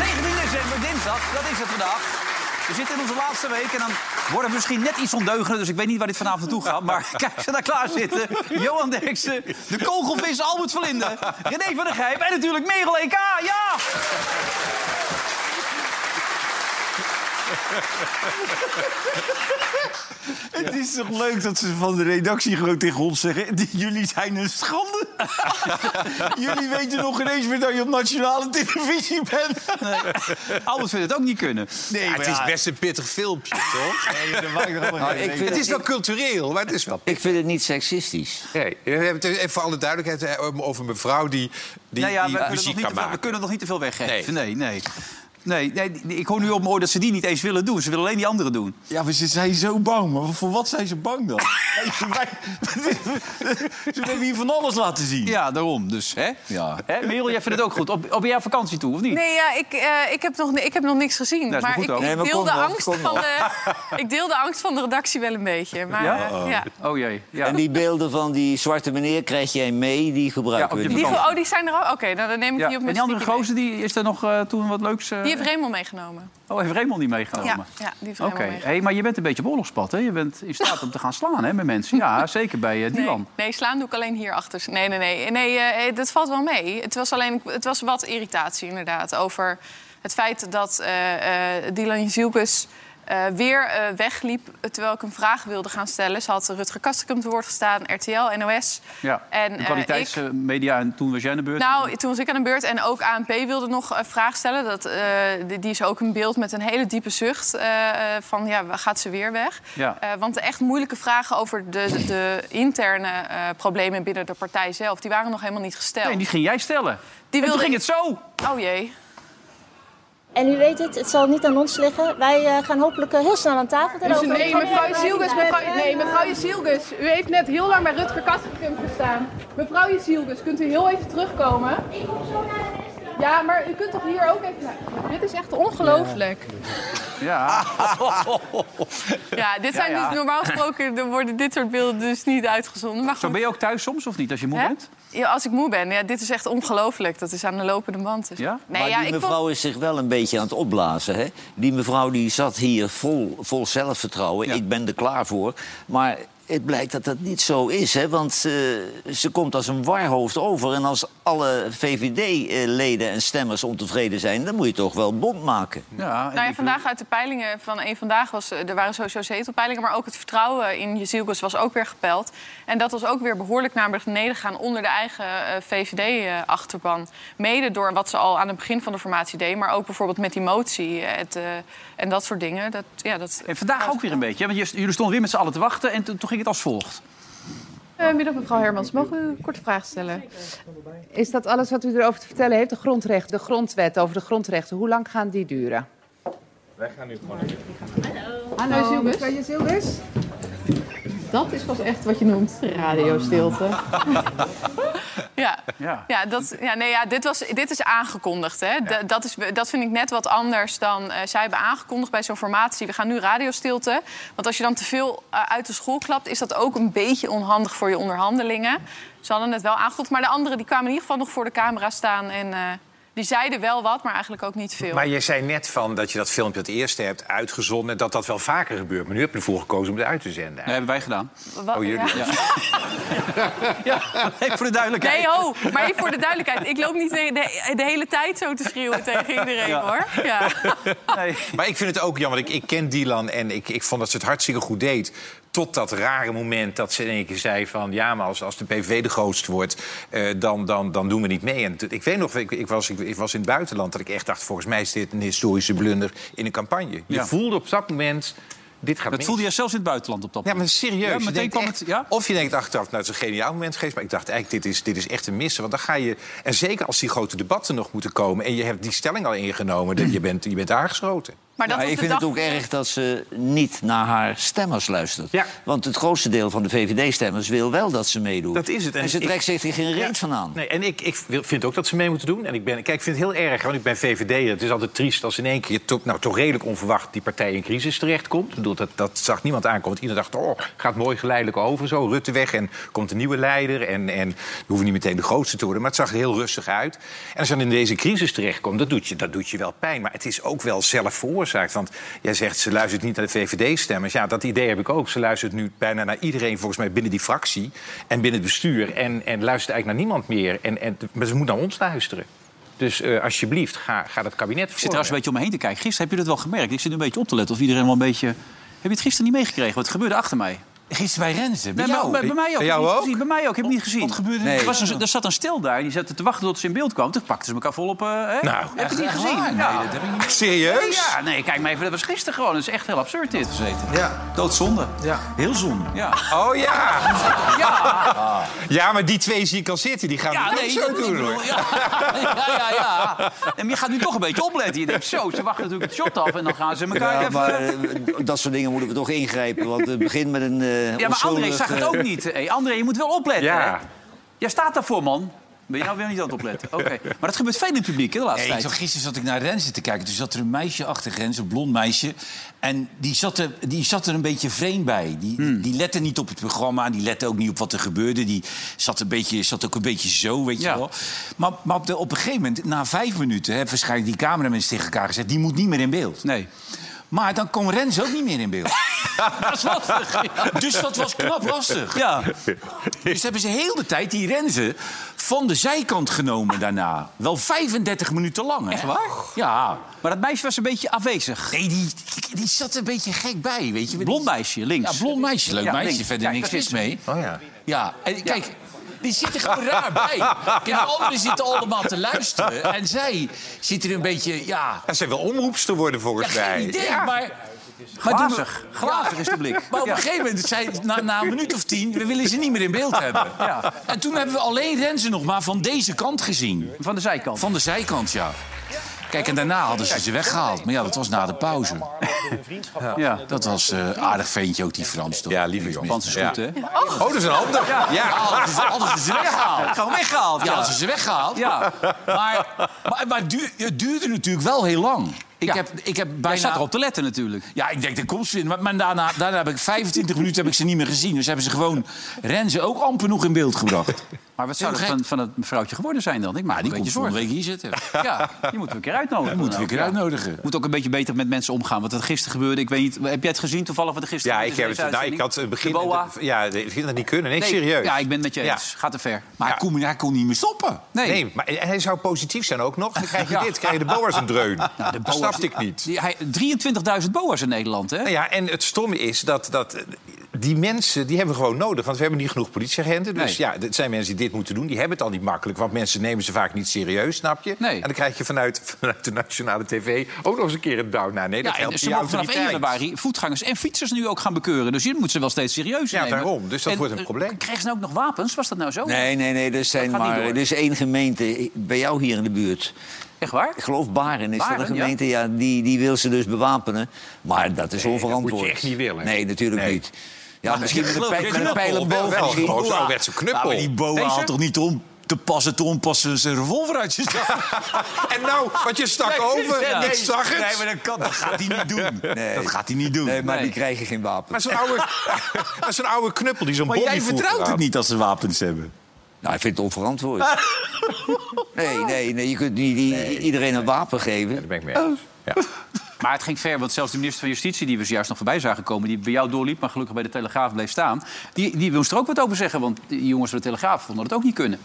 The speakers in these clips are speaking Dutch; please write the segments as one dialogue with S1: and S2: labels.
S1: dinsdag, dat is het vandaag. We zitten in onze laatste week en dan worden we misschien net iets ondeugender. Dus ik weet niet waar dit vanavond naartoe gaat. Maar kijk ze daar klaar zitten. Johan Derksen, de kogelvis Albert Verlinde, René van der Grijp en natuurlijk Merel EK. Ja!
S2: Het is toch leuk dat ze van de redactie gewoon tegen ons zeggen... "Die- jullie zijn een schande. jullie weten nog geen eens meer dat je op nationale televisie bent.
S1: Albert vindt het ook niet kunnen.
S2: Nee,
S3: het is best een pittig filmpje, toch?
S4: ik vind
S3: het
S4: het,
S3: is wel cultureel, maar het is wel...
S4: ik vind het niet seksistisch.
S3: Nee, we hebben het even voor alle duidelijkheid eh, over een mevrouw die, die,
S1: Nou ja,
S3: die
S1: we, kunnen nog
S3: muziek
S1: niet te veel,
S3: kan
S1: we
S3: maken.
S1: kunnen nog niet te veel weggeven. Nee, nee. Nee, nee, ik hoor nu op mijn oor dat ze die niet eens willen doen. Ze willen alleen die anderen doen.
S2: Ja, maar ze zijn zo bang. Maar voor wat zijn ze bang dan? Wij- ze hebben hier van alles laten zien.
S1: Ja, daarom dus. Hè?
S2: Ja.
S1: Hè, Merel, jij vindt het ook goed. Op, op jouw vakantie toe, of niet?
S5: Nee, ja, ik, eh, ik, heb nog, ni- ik heb nog niks gezien.
S1: maar
S5: maar
S1: goed
S5: ik,
S1: ook.
S5: ik,
S1: Nee,
S4: maar
S5: deel
S4: kom
S5: de
S4: nog,
S5: angst
S4: kom
S5: van de, ik deel de angst van de redactie wel een beetje. Maar,
S1: Ja?
S5: eh, ja.
S1: Oh jee. Ja.
S4: En die beelden van die zwarte meneer krijg jij mee, die
S1: Ja,
S4: gebruiken
S1: op
S4: we
S1: je
S4: niet.
S5: Die,
S1: vakantie.
S5: oh, die zijn er ook? Oké, nou, dan neem ik
S1: Ja,
S5: die op
S1: en
S5: mijn
S1: die andere
S5: stiekem mee.
S1: gozer, die, is er nog eh, toen wat leuks... eh,
S5: Die heeft Raymond meegenomen.
S1: Oh, heeft Raymond niet
S5: Ja,
S1: meegenomen?
S5: ja, die
S1: Oké,
S5: heeft Raymond meegenomen.
S1: hey, maar je bent een beetje op oorlogspad, hè? Je bent in staat om te gaan slaan, hè, met mensen. Ja, zeker bij eh, Dylan.
S5: Nee, nee, slaan doe ik alleen hierachter. Nee, nee, nee. nee eh, dat valt wel mee. Het was, alleen, het was wat irritatie inderdaad over het feit dat eh, eh, Dylan Jezilkes eh, weer eh, wegliep... terwijl ik een vraag wilde gaan stellen. Ze had Rutger Kastekum te woord gestaan, RTL, NOS.
S1: Ja,
S5: En,
S1: de
S5: eh, ik-
S1: kwaliteitsmedia, en toen was jij aan de beurt.
S5: Nou, toen was ik aan de beurt en ook ANP wilde nog een vraag stellen. Dat, eh, die, die is ook een beeld met een hele diepe zucht eh, eh, van ja, waar gaat ze weer weg?
S1: Ja.
S5: Eh, want de echt moeilijke vragen over de, de, de interne eh, problemen binnen de partij zelf... die waren nog helemaal niet gesteld.
S1: Nee, die ging jij stellen.
S5: Die
S1: en toen
S5: wilde
S1: ging
S5: ik-
S1: het zo.
S5: Oh jee.
S6: En u weet het, het zal niet aan ons liggen. Wij eh, gaan hopelijk eh, heel snel aan tafel Oh, erover.
S7: Nee, mevrouw Zielgus, mevrouw, nee, mevrouw Zielgus, u heeft net heel lang bij Rutger Kastekum gestaan. Mevrouw Zielgus, kunt u heel even terugkomen? Ik kom zo naar de Ja, maar u kunt toch hier ook even naar... Dit is echt ongelooflijk.
S1: Ja,
S5: Ah. Ja, dit zijn
S1: Ja, ja.
S5: Dus, normaal gesproken dan worden dit soort beelden dus niet uitgezonden. Maar
S1: zo
S5: goed,
S1: ben je ook thuis soms, of niet, als je moe
S5: hè?
S1: bent?
S5: Ja, als ik moe ben, ja, dit is echt ongelooflijk. Dat is aan de lopende band. Dus.
S1: Ja?
S5: Nee,
S4: maar
S5: ja,
S4: die
S5: ik vond-
S4: mevrouw is zich wel een beetje aan het opblazen. Hè? Die mevrouw die zat hier vol, vol zelfvertrouwen.
S1: Ja.
S4: Ik ben er klaar voor. Maar het blijkt dat dat niet zo is. Hè? Want eh, ze komt als een warhoofd over. En als alle VVD-leden eh, en stemmers ontevreden zijn... dan moet je toch wel bond maken.
S1: Ja, en
S5: Nou ja,
S1: ik-
S5: vandaag uit de peilingen van één vandaag was, eh, er waren sowieso zetelpeilingen, maar ook het vertrouwen in Jezielkes was ook weer gepeld. En dat was ook weer behoorlijk naar beneden gaan onder de eigen eh, VVD-achterban. Mede door wat ze al aan het begin van de formatie deed, maar ook bijvoorbeeld met die motie eh, het, eh, en dat soort dingen. Dat, ja, dat,
S1: En vandaag ook weer een beetje, hè, want je- jullie stonden weer met z'n allen te wachten... en toen toen ging het als volgt.
S7: Eh, middag mevrouw Hermans, mogen we u een korte vraag stellen? Is dat alles wat u erover te vertellen heeft? De grondrecht, de grondwet over de grondrechten, hoe lang gaan die duren? Wij gaan nu gewoon Hallo. Hallo, Zilbus. Dat is pas echt wat je noemt radiostilte.
S5: Ja,
S1: Ja.
S5: ja. dat, ja, nee, ja dit, was, dit is aangekondigd. Hè? Da- Dat, is, dat vind ik net wat anders dan eh, zij hebben aangekondigd bij zo'n formatie. We gaan nu radiostilte. Want als je dan te veel eh, uit de school klapt, is dat ook een beetje onhandig voor je onderhandelingen. Ze hadden het wel aangekondigd, maar de anderen die kwamen in ieder geval nog voor de camera staan. En eh, die zeiden wel wat, maar eigenlijk ook niet veel.
S3: Maar je zei net van dat je dat filmpje het eerste hebt uitgezonden... dat dat wel vaker gebeurt. Maar nu heb je ervoor gekozen om het uit te zenden.
S1: Dat hebben wij gedaan.
S5: Wa-
S3: Oh, jullie.
S5: ja.
S1: Ja, even voor de duidelijkheid.
S5: Nee, ho, maar even voor de duidelijkheid. Ik loop niet de, de- de hele tijd zo te schreeuwen tegen iedereen, hoor. Ja.
S1: Nee.
S3: Maar ik vind het ook jammer. Ik, ik ken Dylan en ik, ik vond dat ze het hartstikke goed deed. Tot dat rare moment dat ze in één keer zei van... ja, maar als, als de PVV de grootste wordt, eh, dan, dan, dan doen we niet mee. En toen- ik weet nog, ik, ik, was, ik, ik was in het buitenland... dat ik echt dacht, volgens mij is dit een historische blunder in een campagne. Je
S1: Ja.
S3: voelde op dat moment, dit gaat
S1: Dat
S3: mis.
S1: voelde je zelfs in het buitenland op dat
S3: Ja, maar
S1: moment.
S3: serieus.
S1: Ja,
S3: je
S1: meteen
S3: denkt
S1: kwam
S3: echt-
S1: het- ja?
S3: Of je denkt achteraf, nou, het is een geniaal moment geweest... maar ik dacht eigenlijk, dit is, dit is echt een missen. Want dan ga je... En zeker als die grote debatten nog moeten komen... en je hebt die stelling al ingenomen, dat je, bent, je bent aangeschoten.
S5: Maar dat
S4: Maar
S5: was
S4: ik
S5: de
S4: vind
S5: dag...
S4: het ook erg dat ze niet naar haar stemmers luistert.
S3: Ja.
S4: Want het grootste deel van de VVD-stemmers wil wel dat ze meedoet.
S3: Dat is het.
S4: En,
S3: En
S4: ze
S3: ik-
S4: trekt zich er geen reet
S3: Ja.
S4: van aan.
S3: Nee, en ik, ik wil- vind ook dat ze mee moeten doen. En ik ben, kijk, ik vind het heel erg, want ik ben VVD. Het is altijd triest als in één keer, to- nou, toch redelijk onverwacht, die partij in crisis terechtkomt. Ik bedoel, dat, dat zag niemand aankomen. Iedereen dacht, oh, gaat mooi geleidelijk over zo. Rutte weg en komt een nieuwe leider. En, en we hoeven niet meteen de grootste te worden. Maar het zag er heel rustig uit. En als je dan in deze crisis terechtkomt, dat doet je, dat doet je wel pijn. Maar het is ook wel zelf veroorzaakt. Want jij zegt, ze luistert niet naar de VVD-stemmers. Ja, dat idee heb ik ook. Ze luistert nu bijna naar iedereen, volgens mij, binnen die fractie en binnen het bestuur. En, en luistert eigenlijk naar niemand meer. En, en, maar ze moet naar ons luisteren. Dus eh, alsjeblieft, ga, ga dat kabinet
S1: Ik zit trouwens een
S3: vormen.
S1: beetje om me heen te kijken. Gisteren heb je dat wel gemerkt. Ik zit een beetje op te letten of iedereen wel een beetje... Heb je het gisteren niet meegekregen? Wat gebeurde achter mij?
S2: Gisteren bij Renze.
S1: Bij, jou, bij, bij mij ook.
S3: Bij
S1: Ik heb niet
S3: jou ook?
S1: Gezien. Bij mij ook. Ik heb het niet gezien.
S2: wat gebeurde er?
S1: er?
S2: Nee.
S1: Was een, er zat een stil daar. en Die zat te wachten tot ze in beeld kwam. Toen pakten ze elkaar vol op. eh, hè?
S3: Nou,
S1: heb je het niet gezien? ja.
S2: dat heb ik niet.
S3: Serieus?
S1: ja, nee, kijk maar even. Dat was gisteren gewoon. Dat is echt heel absurd dit. Gezeten.
S3: Ja.
S1: Doodzonde.
S2: Heel zonde.
S1: Ja.
S3: Oh ja.
S1: Ja.
S3: Ja, maar die twee zie ik al zitten. Die gaan
S1: Ja,
S3: het
S1: nee,
S3: zo
S1: dat ik
S3: doen,
S1: bedoel,
S3: hoor.
S1: Ja, ja, ja. ja. En je gaat nu toch een beetje opletten. Je denkt, zo, ze wachten natuurlijk het shot af en dan gaan ze elkaar
S4: Ja,
S1: even...
S4: maar eh, dat soort dingen moeten we toch ingrijpen. Want het begint met een. eh
S1: ja, maar André
S4: onschuldig,
S1: zag het
S4: eh,
S1: ook niet. Hey, André, je moet wel opletten.
S3: Ja.
S1: hè. Jij staat daarvoor, man. Ben je nou weer niet aan het opletten? Oké. Maar dat gebeurt veel in het publiek hè, de laatste
S2: Nee, ik
S1: tijd.
S2: zat, gisteren zat ik naar Renze te kijken. Toen zat er een meisje achter Renze, een blond meisje. En die zat er, die zat er een beetje vreemd bij. Die,
S1: Hmm.
S2: die lette niet op het programma. Die lette ook niet op wat er gebeurde. Die zat, een beetje, zat ook een beetje zo, weet
S1: Ja.
S2: je wel. Maar, maar op, de, op een gegeven moment, na vijf minuten... hebben waarschijnlijk die cameramensen tegen elkaar gezegd... die moet niet meer in beeld.
S1: Nee.
S2: Maar dan kon Renze ook niet meer in beeld.
S1: Dat is lastig.
S2: dus dat was knap lastig.
S1: Ja.
S2: Dus hebben ze heel de tijd die Renze van de zijkant genomen daarna. Wel 35 minuten lang. Echt
S1: waar?
S2: Ja.
S1: Maar dat meisje was een beetje afwezig.
S2: Nee, die, die zat een beetje gek bij, weet je.
S1: Blond meisje, links.
S2: Ja, blond meisje. Leuk
S1: Ja,
S2: meisje,
S1: links.
S2: verder
S1: Ja,
S2: niks mis
S1: precies.
S2: mee.
S3: Oh ja.
S2: Ja, en kijk, die zit er gewoon raar bij. Kijk, de anderen zitten allemaal te luisteren. En zij zit er een beetje, ja...
S3: Ja, Ze wil omroepster worden,
S2: Ja,
S3: volgens mij.
S2: geen idee, maar... maar doen we-
S1: Glazig. Glazig is de blik.
S2: Maar op
S1: Ja.
S2: een gegeven moment, zei, na, na een minuut of tien, we willen ze niet meer in beeld hebben.
S1: Ja.
S2: En toen hebben we alleen Renze nog maar van deze kant gezien.
S1: Van de zijkant.
S2: Van de zijkant, ja. Kijk, en daarna hadden ze ze weggehaald. Maar ja, dat was na de pauze.
S1: Ja.
S2: Dat was eh aardig veentje ook, die Frans, toch?
S3: Ja, lieve jongen.
S1: Frans is
S3: Ja.
S1: goed, hè?
S3: Oh, dat is een ander. Ja.
S2: Hadden ze- hadden ze ze weggehaald.
S1: Gewoon weggehaald.
S2: Ja,
S1: Ja.
S2: hadden ze ze weggehaald.
S1: Ja.
S2: Maar, maar, maar het duur- het duurde natuurlijk wel heel lang. Ik
S1: Ja.
S2: heb, ik heb
S1: Hij
S2: bijna...
S1: zat erop te letten natuurlijk.
S2: Ja, ik denk, de komst in. Maar, maar daarna, daarna heb ik 25 minuten heb ik ze niet meer gezien. Dus hebben ze gewoon Renze ook amper nog in beeld gebracht.
S1: Maar wat zou
S2: Heel
S1: dat
S2: gek.
S1: van, van het mevrouwtje geworden zijn dan? Ik maak
S2: Maar
S1: me
S2: die
S1: een
S2: komt
S1: beetje
S2: volgende
S1: zorgen.
S2: week hier
S1: Ja,
S2: zitten.
S1: die moeten we een keer uitnodigen.
S2: Moeten we een
S1: dan
S2: keer
S1: ook, ja.
S2: uitnodigen.
S1: Moet ook een beetje beter met mensen omgaan. Want wat gisteren gebeurde, ik weet niet... Heb jij het gezien toevallig wat er gisteren
S3: Ja, ik,
S1: gebeurde
S3: heb
S1: in
S3: het,
S1: deze
S3: nou, ik had het
S1: uitzending?
S3: begin...
S1: De boa.
S3: ja, ik vind dat niet kunnen. Nee,
S1: Nee,
S3: serieus.
S1: Ja, ik ben het met je
S3: Ja.
S1: eens. Gaat te ver.
S2: Maar
S1: Maar
S2: hij, kon, hij kon niet meer stoppen.
S1: nee,
S3: Nee, maar en hij zou positief zijn ook nog. Dan krijg je
S1: Ja.
S3: dit, krijg je de boa's een dreun.
S1: de
S3: dat
S1: boa's-
S3: snapte ik niet.
S1: die- hij- 23.000 boa's in Nederland, hè?
S3: Nou ja, en het stomme is dat, dat eh, die mensen, die hebben we gewoon nodig. Want we hebben niet genoeg politieagenten. Dus
S1: Nee.
S3: ja, het zijn mensen die dit moeten doen. Die hebben het al niet makkelijk. Want mensen nemen ze vaak niet serieus, snap je?
S1: Nee.
S3: En dan krijg je vanuit, vanuit de nationale tv ook nog eens een keer een down. Nou, nee, dat
S1: Ja, en
S3: helpt
S1: ze
S3: die
S1: mogen vanaf 1
S3: autoriteit.
S1: januari voetgangers en fietsers nu ook gaan bekeuren. Dus je moet ze wel steeds serieus
S3: Ja,
S1: nemen.
S3: daarom. Dus dat wordt een
S1: eh,
S3: probleem.
S1: Kregen ze nou ook nog wapens? Was dat nou zo?
S4: Nee, nee, nee. Er, zijn
S1: gaat niet
S4: maar,
S1: door.
S4: er is één gemeente bij jou hier in de buurt.
S1: Echt waar?
S4: Ik geloof Baren is
S1: Baren,
S4: dat
S1: ja.
S4: een gemeente. Ja. die, die wil ze dus bewapenen. Maar dat is onverantwoord.
S3: dat moet je echt niet willen.
S4: Nee, natuurlijk
S3: Nee.
S4: niet. Ja,
S2: Ah,
S4: misschien met een,
S1: geloof ik,
S4: pij- met een
S1: knuppel.
S3: Wel
S4: pijlenboog. misschien. Nou,
S3: gewoon zo'n ouderwetse knuppel.
S2: maar die boa
S3: Deze?
S2: had toch niet om te passen, te onpassen zijn revolver uit je zak?
S3: En nou, wat je stak over,
S1: ja.
S3: ik zag het.
S2: Nee, maar dat, kan, dat gaat hij niet doen. Dat gaat hij niet doen.
S4: Nee, maar
S1: Nee.
S4: die krijgen geen wapen.
S3: Maar zo'n oude, maar zo'n oude knuppel die zo'n
S2: maar
S3: bom
S2: jij vertrouwt het niet als ze wapens hebben.
S4: Nou, ik vind het onverantwoord. nee, nee, nee. Je kunt niet i- iedereen een wapen geven.
S3: ben ik mee
S1: Oh,
S3: eens.
S1: Maar het ging ver, want zelfs de minister van Justitie... die we zojuist nog voorbij zagen komen, die bij jou doorliep... maar gelukkig bij de Telegraaf bleef staan... die, die moest er ook wat over zeggen, want die jongens van de Telegraaf vonden het ook niet kunnen.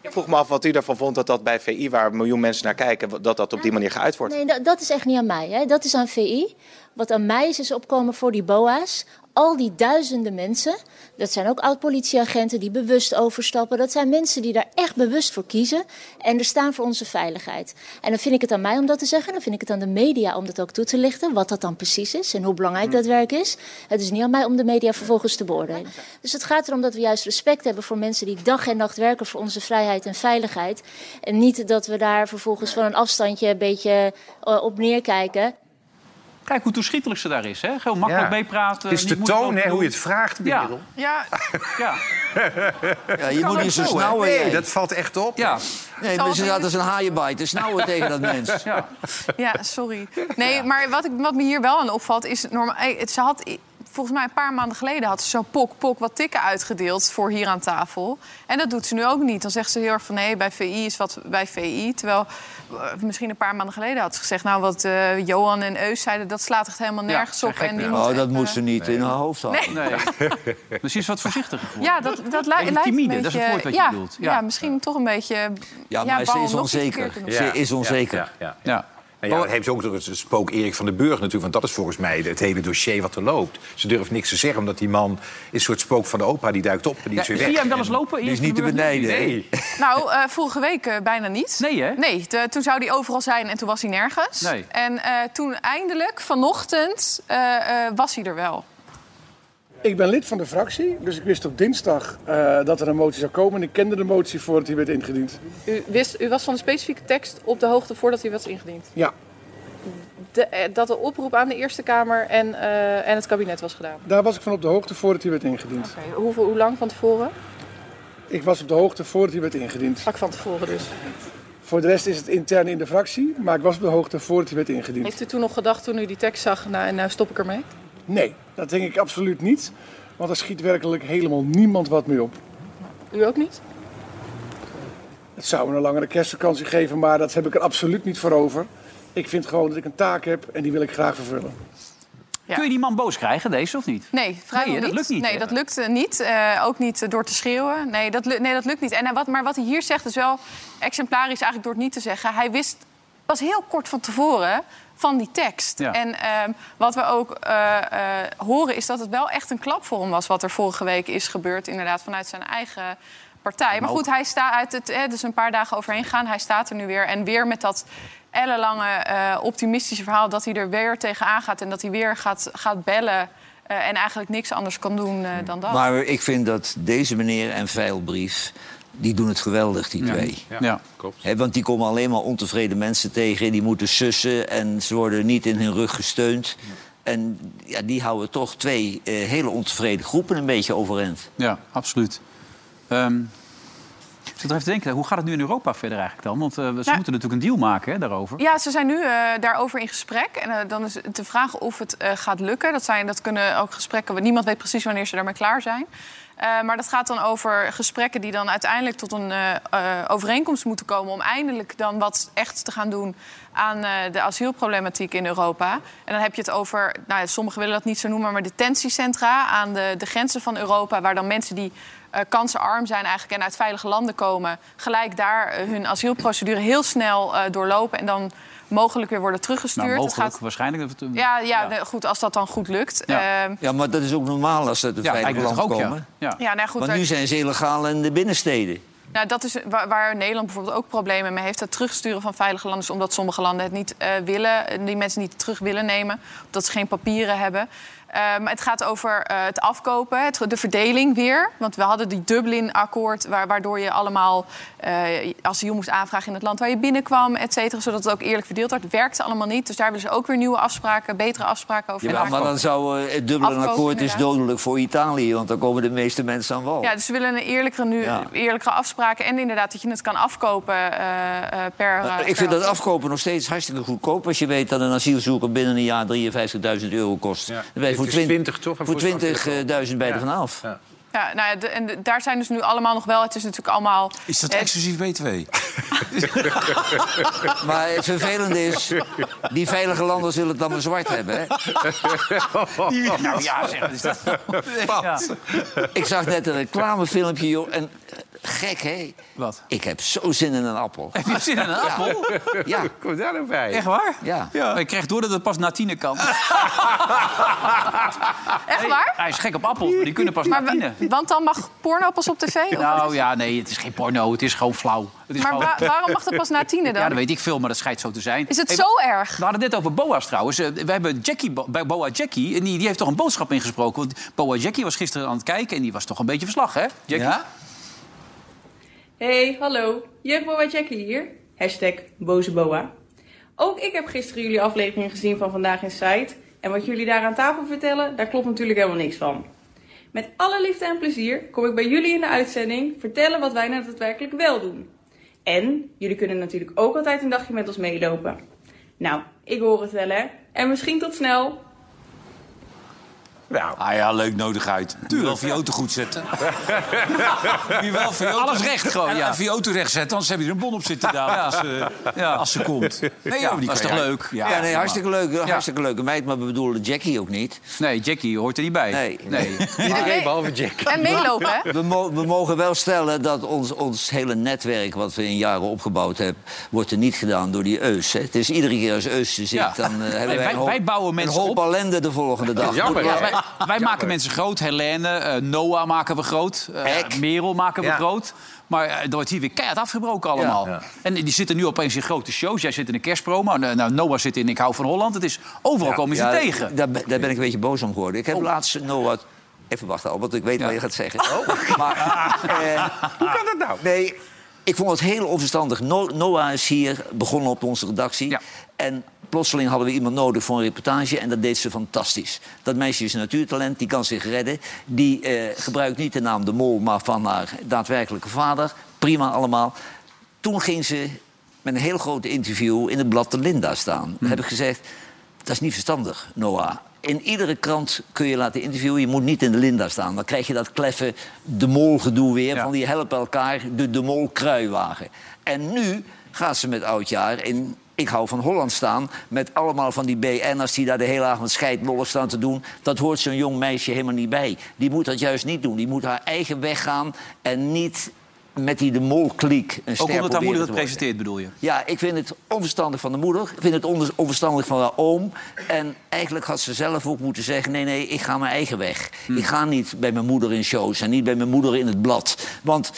S8: Ik vroeg me af wat u ervan vond dat dat bij VI, waar een miljoen mensen naar kijken, wa- dat dat op die manier geuit wordt.
S6: Nee, dat, dat is echt niet aan mij. Hè. Dat is aan VI. Wat aan mij is, is opkomen voor die boa's. Al die duizenden mensen, dat zijn ook oud-politieagenten die bewust overstappen. Dat zijn mensen die daar echt bewust voor kiezen en er staan voor onze veiligheid. En dan vind ik het aan mij om dat te zeggen. Dan vind ik het aan de media om dat ook toe te lichten. Wat dat dan precies is en hoe belangrijk dat werk is. Het is niet aan mij om de media vervolgens te beoordelen. Dus het gaat erom dat we juist respect hebben voor mensen die dag en nacht werken voor onze vrijheid en veiligheid. En niet dat we daar vervolgens van een afstandje een beetje eh, op neerkijken.
S1: Kijk hoe toeschietelijk ze daar is. Hè? Gewoon makkelijk
S3: Ja.
S1: meepraten.
S3: Het is
S1: niet
S3: de
S1: moeilijk
S3: toon
S1: over
S3: hè, Dus hoe je
S1: doen.
S3: het vraagt,
S1: Ja.
S3: Merel.
S5: Ja,
S1: Ja,
S4: Ja, je moet niet zo
S3: hè?
S4: snauwen.
S3: Nee,
S4: jij.
S3: dat valt echt op.
S1: Oh, ja,
S4: Nee,
S5: Zal
S4: maar ze
S5: het-
S4: zaten als een haaienbaai te snauwen tegen dat mens.
S1: ja.
S5: ja sorry. Nee, maar wat, ik, wat me hier wel aan opvalt is... Normaal, eh, het- ze had, i- volgens mij een paar maanden geleden had ze zo'n pok, pok wat tikken uitgedeeld voor hier aan tafel. En dat doet ze nu ook niet. Dan zegt ze heel erg van, nee, bij VI is wat bij VI. Terwijl eh, misschien een paar maanden geleden had ze gezegd... nou, wat eh, Johan en Eus zeiden, dat slaat echt helemaal nergens
S1: zijn
S5: op. En die
S1: gekheden.
S5: moet
S4: Oh, dat
S5: echt,
S4: moest ze
S5: eh,
S4: niet in haar hoofd houden.
S1: nee. Dus je is wat voorzichtiger geworden.
S5: Ja, dat, dat li-
S1: Beetje
S5: lijkt een
S1: timide,
S5: beetje...
S1: dat is het woord wat je
S5: ja,
S1: bedoelt. Ja.
S5: Ja, misschien toch een beetje...
S4: Ja, maar
S5: bang
S4: ze
S5: om
S4: is
S5: nog iets verkeerd
S4: onzeker.
S5: te doen.
S4: Ze is onzeker.
S3: Ja, ja, ja.
S1: Ja.
S3: Nou ja, dat heeft ze ook door het spook Erik van den Burg natuurlijk. Want dat is volgens mij het hele dossier wat er loopt. Ze durft niks te zeggen, omdat die man is een soort spook van de opa. Die duikt op en die
S1: Ja,
S3: is weer
S1: zie
S3: weg.
S1: je hem wel eens lopen?
S4: Die is
S1: Erik
S4: niet te
S1: van den Burg?
S4: benijden. hè?
S3: Nee.
S5: Nou, eh, vorige week eh, bijna niet.
S1: Nee, hè?
S5: Nee, de- toen zou die overal zijn en toen was hij nergens.
S1: Nee.
S5: En eh, toen eindelijk, vanochtend, eh, eh, was hij er wel.
S9: Ik ben lid van de fractie, dus ik wist op dinsdag eh, dat er een motie zou komen. En ik kende de motie voordat die werd ingediend.
S7: U, wist, u was van de specifieke tekst op de hoogte voordat hij was ingediend.
S9: Ja.
S7: De, eh, dat de oproep aan de Eerste Kamer en, eh, en het kabinet was gedaan.
S9: Daar was ik van op de hoogte voordat die werd ingediend.
S7: Oké, Hoeveel, hoe lang van tevoren?
S9: Ik was op de hoogte voordat die werd ingediend.
S7: Vlak van tevoren dus.
S9: Voor de rest is het intern in de fractie, maar ik was op de hoogte voordat die werd ingediend.
S7: Heeft u toen nog gedacht toen u die tekst zag, nou, en nou stop ik ermee?
S9: Nee, dat denk ik absoluut niet. Want er schiet werkelijk helemaal niemand wat mee op.
S7: U ook niet?
S9: Het zou een langere kerstvakantie geven, maar dat heb ik er absoluut niet voor over. Ik vind gewoon dat ik een taak heb en die wil ik graag vervullen.
S5: Ja.
S1: Kun je die man boos krijgen, deze, of niet?
S5: Nee,
S1: Nee,
S5: vrijwel
S1: hè, dat
S5: niet.
S1: lukt niet,
S5: Nee,
S1: hè?
S5: dat lukt eh, niet. Eh, ook niet eh, door te schreeuwen. Nee, dat, lu- nee, dat lukt niet. En hij- wat, maar wat hij hier zegt is wel exemplarisch eigenlijk door het niet te zeggen. Hij wist pas heel kort van tevoren van die tekst.
S1: Ja.
S5: En ehm, wat we ook eh, eh, horen is dat het wel echt een klap voor hem was... wat er vorige week is gebeurd, inderdaad, vanuit zijn eigen partij. Maar goed, hij staat uit het... Eh, dus een paar dagen overheen gaan, hij staat er nu weer. En weer met dat ellenlange eh, optimistische verhaal... dat hij er weer tegenaan gaat en dat hij weer gaat, gaat bellen... Eh, en eigenlijk niks anders kan doen eh, dan dat.
S4: Maar ik vind dat deze meneer en Veilbrief... die doen het geweldig, die twee.
S1: Ja.
S4: Hè, want die komen alleen maar ontevreden mensen tegen. Die moeten sussen en ze worden niet in hun rug gesteund. En ja, die houden toch twee eh, hele ontevreden groepen een beetje overeind.
S1: Ja, absoluut. Ehm, ik zit er even te denken, hoe gaat het nu in Europa verder eigenlijk dan? Want eh, ze
S5: Nou-
S1: moeten natuurlijk een deal maken hè, daarover.
S5: Ja, ze zijn nu eh, daarover in gesprek. En eh, dan is het de vraag of het eh, gaat lukken. Dat, zijn, dat kunnen ook gesprekken... Niemand weet precies wanneer ze daarmee klaar zijn. Eh, maar dat gaat dan over gesprekken die dan uiteindelijk tot een eh, eh, overeenkomst moeten komen... om eindelijk dan wat echt te gaan doen aan eh, de asielproblematiek in Europa. En dan heb je het over, nou ja, sommigen willen dat niet zo noemen... maar detentiecentra aan de, de grenzen van Europa... waar dan mensen die eh, kansenarm zijn eigenlijk en uit veilige landen komen... gelijk daar eh, hun asielprocedure heel snel eh, doorlopen... en dan mogelijk weer worden teruggestuurd.
S1: nou,
S5: Het
S1: mogelijk,
S5: gaat-
S1: waarschijnlijk. dat het-
S5: ja, ja, nee, goed, als dat dan goed lukt.
S1: Ja.
S5: Ehm,
S4: Ja, maar dat is ook normaal als ze uit een
S1: ja,
S4: veilig
S1: eigenlijk
S4: land
S1: toch ook,
S4: komen.
S1: ja. ja.
S5: ja, nou ja, goed,
S4: Want
S5: daar-
S4: nu zijn ze illegaal in de binnensteden.
S5: Nou, dat is waar, waar Nederland bijvoorbeeld ook problemen mee heeft. Het terugsturen van veilige landen is omdat sommige landen het niet eh, willen. eh, Die mensen niet terug willen nemen. Omdat ze geen papieren hebben. Eh, maar het gaat over eh, het afkopen, het, de verdeling weer. Want we hadden die Dublin-akkoord... Waar, waardoor je allemaal eh, asiel moest aanvragen in het land waar je binnenkwam, et cetera. Zodat het ook eerlijk verdeeld werd. Het werkte allemaal niet. Dus daar willen ze ook weer nieuwe afspraken, betere afspraken over
S4: Ja,
S5: maken.
S4: maar dan zou eh, het dubbele
S5: Afkopen,
S4: akkoord is
S5: inderdaad.
S4: dodelijk voor Italië, want dan komen de meeste mensen aan wal.
S5: Ja, dus we willen een eerlijkere, nu,
S4: Ja.
S5: eerlijkere afspraken. En inderdaad dat je het kan afkopen eh, eh, per... eh,
S4: Maar
S5: per
S4: ik vind dat
S5: asiel.
S4: afkopen nog steeds hartstikke goedkoop als je weet dat een asielzoeker binnen een jaar 53.000 euro kost.
S3: Ja.
S4: Dan ben je
S3: Het
S4: voor
S3: is
S4: twin-
S3: 20 toch? En
S4: Voor
S3: voor
S4: 20.000 bij er vanaf.
S3: Ja.
S5: Ja, nou ja, de- en de- daar zijn dus nu allemaal nog wel... Het is natuurlijk allemaal...
S2: Is dat
S5: eh,
S2: exclusief B2?
S4: Maar het vervelende is, die veilige landen zullen het dan maar zwart hebben. Hè?
S1: Nou ja, zeg, is dat... Ja.
S4: Ik zag net een reclamefilmpje, joh. En eh, gek, hè?
S1: Wat?
S4: Ik heb zo zin in een appel.
S1: Heb je zin in een appel?
S4: Ja,
S3: Kom daar nou bij.
S1: Echt waar?
S4: ja.
S1: Maar Ik kreeg door dat het pas na tienen kan.
S5: echt waar?
S1: Hij is gek op appels, maar die kunnen pas
S5: Maar
S1: na
S5: wa-
S1: tienen.
S5: want dan mag porno pas op tv? of-
S1: Nou ja, nee, het is geen porno, het is gewoon flauw. Het is
S5: maar
S1: gewoon...
S5: wa- waarom mag dat pas na tienen dan?
S1: Ja, dat weet ik veel, maar dat schijnt zo te zijn.
S5: Is het
S1: Hey,
S5: zo erg?
S1: We hadden het net over boa's trouwens. Eh, We hebben Jackie, Bo- bij boa Jackie, en die, die heeft toch een boodschap ingesproken. Want boa Jackie was gisteren aan het kijken en die was toch een beetje verslag, hè? Jackie?
S4: Ja?
S10: Hey, hallo. Jeugdboa Jackie hier. Hashtag boze boa. Ook ik heb gisteren jullie aflevering gezien van Vandaag in Sight. En wat jullie daar aan tafel vertellen, daar klopt natuurlijk helemaal niks van. Met alle liefde en plezier kom ik bij jullie in de uitzending vertellen wat wij nou daadwerkelijk wel doen. En jullie kunnen natuurlijk ook altijd een dagje met ons meelopen. Nou, ik hoor het wel hè. En misschien tot snel.
S2: Ah ja, leuk nodig uit. Tuurlijk. Wel voor je auto goed zetten. Wie wel voor je auto-
S1: Alles recht gewoon,
S2: En-
S1: ja.
S2: En voor je auto recht zetten, anders heb je er een bon op zitten daar. Als,
S1: eh,
S2: ze-
S1: Ja.
S2: als ze komt. Nee,
S1: Ja,
S2: joh, die
S1: dat is
S2: kan
S1: toch
S2: je-
S1: leuk?
S2: Ja,
S4: Ja, nee, hartstikke leuke, hartstikke leuke meid, maar we bedoelen Jackie ook niet.
S1: Nee, Jackie hoort er niet bij.
S4: Nee.
S3: Iedereen behalve Jack.
S5: En meelopen, hè?
S4: We, mo- we mogen wel stellen dat ons, ons hele netwerk wat we in jaren opgebouwd hebben... wordt er niet gedaan door die Eus. Hè. Het is iedere keer als Eus er zit,
S1: Ja.
S4: dan eh, hebben
S1: Nee,
S4: wij,
S1: wij-
S4: een hoop,
S1: wij bouwen mensen
S4: een hoop
S1: op.
S4: ellende de volgende dag.
S3: Jammer,
S1: Ja,
S3: hè?
S1: wij wij maken mensen groot. Helene, eh, Noah maken we groot. eh,
S4: Hek.
S1: Merel maken we
S3: Ja.
S1: groot. Maar eh, er wordt hier weer keihard afgebroken allemaal.
S3: Ja.
S1: En die zitten nu opeens in grote shows. Jij zit in een kerstpromo. Nou, nou, Noah zit in Ik hou van Holland. Het is, overal komen ze
S4: Ja,
S1: tegen. Oh.
S4: Daar, ben- daar ben ik een beetje boos om geworden. Ik heb laatst Noah... Even wachten, Albert, ik weet wat je gaat zeggen.
S1: Oh.
S4: Maar, Hoe kan dat nou? Nee, ik vond het heel onverstandig. No- Noah is hier begonnen op onze redactie.
S1: Ja.
S4: En plotseling hadden we iemand nodig voor een reportage... en dat deed ze fantastisch. Dat meisje is een natuurtalent, die kan zich redden. Die eh, gebruikt niet de naam De Mol, maar van haar daadwerkelijke vader. Prima allemaal. Toen ging ze met een heel groot interview in het blad De Linda staan.
S1: Hmm.
S4: We hebben gezegd, dat is niet verstandig, Noah. In iedere krant kun je laten interviewen. Je moet niet in de Linda staan. Dan krijg je dat kleffe De Mol-gedoe weer.
S1: Ja.
S4: Van die helpen elkaar, de De Mol-kruiwagen. En nu gaat ze met Oudjaar in Ik hou van Holland staan... met allemaal van die BN'ers die daar de hele avond scheidbollen staan te doen. Dat hoort zo'n jong meisje helemaal niet bij. Die moet dat juist niet doen. Die moet haar eigen weg gaan en niet met die De Mol-kliek een
S1: Ook
S4: ster
S1: omdat haar
S4: proberen
S1: moeder
S4: te
S1: dat
S4: worden.
S1: presenteert, bedoel je?
S4: Ja, ik vind het onverstandig van de moeder. Ik vind het onder- onverstandig van haar oom. En eigenlijk had ze zelf ook moeten zeggen... nee, nee, ik ga mijn eigen weg.
S3: Hm.
S4: Ik ga niet bij mijn moeder in shows en niet bij mijn moeder in het blad. Want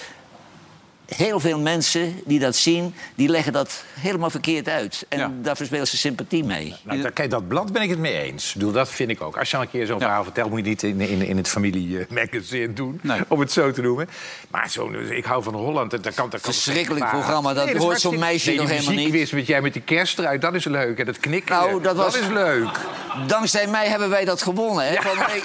S4: heel veel mensen die dat zien, die leggen dat helemaal verkeerd uit. En
S1: Ja.
S4: daar verspeelt ze sympathie mee.
S3: Nou, dat, kijk, dat blad ben ik het mee eens. Ik bedoel, dat vind ik ook. Als je al een keer zo'n verhaal vertelt, moet je niet in, in, in het familie-magazine doen.
S1: Nee.
S3: Om het zo te noemen. Maar zo'n ik hou van Holland. Dat, dat kan, dat kan
S4: Verschrikkelijk
S3: maar-
S4: programma, dat
S3: is
S4: hoort zo'n
S3: hartstikke-
S4: meisje
S3: nee,
S4: nog
S3: die
S4: helemaal niet.
S3: muziekwist met jij met die kerst eruit, dat is leuk. En dat knikken,
S4: Nou, dat was-
S3: is leuk.
S4: Dankzij mij hebben wij dat gewonnen. Hè? Van, nee,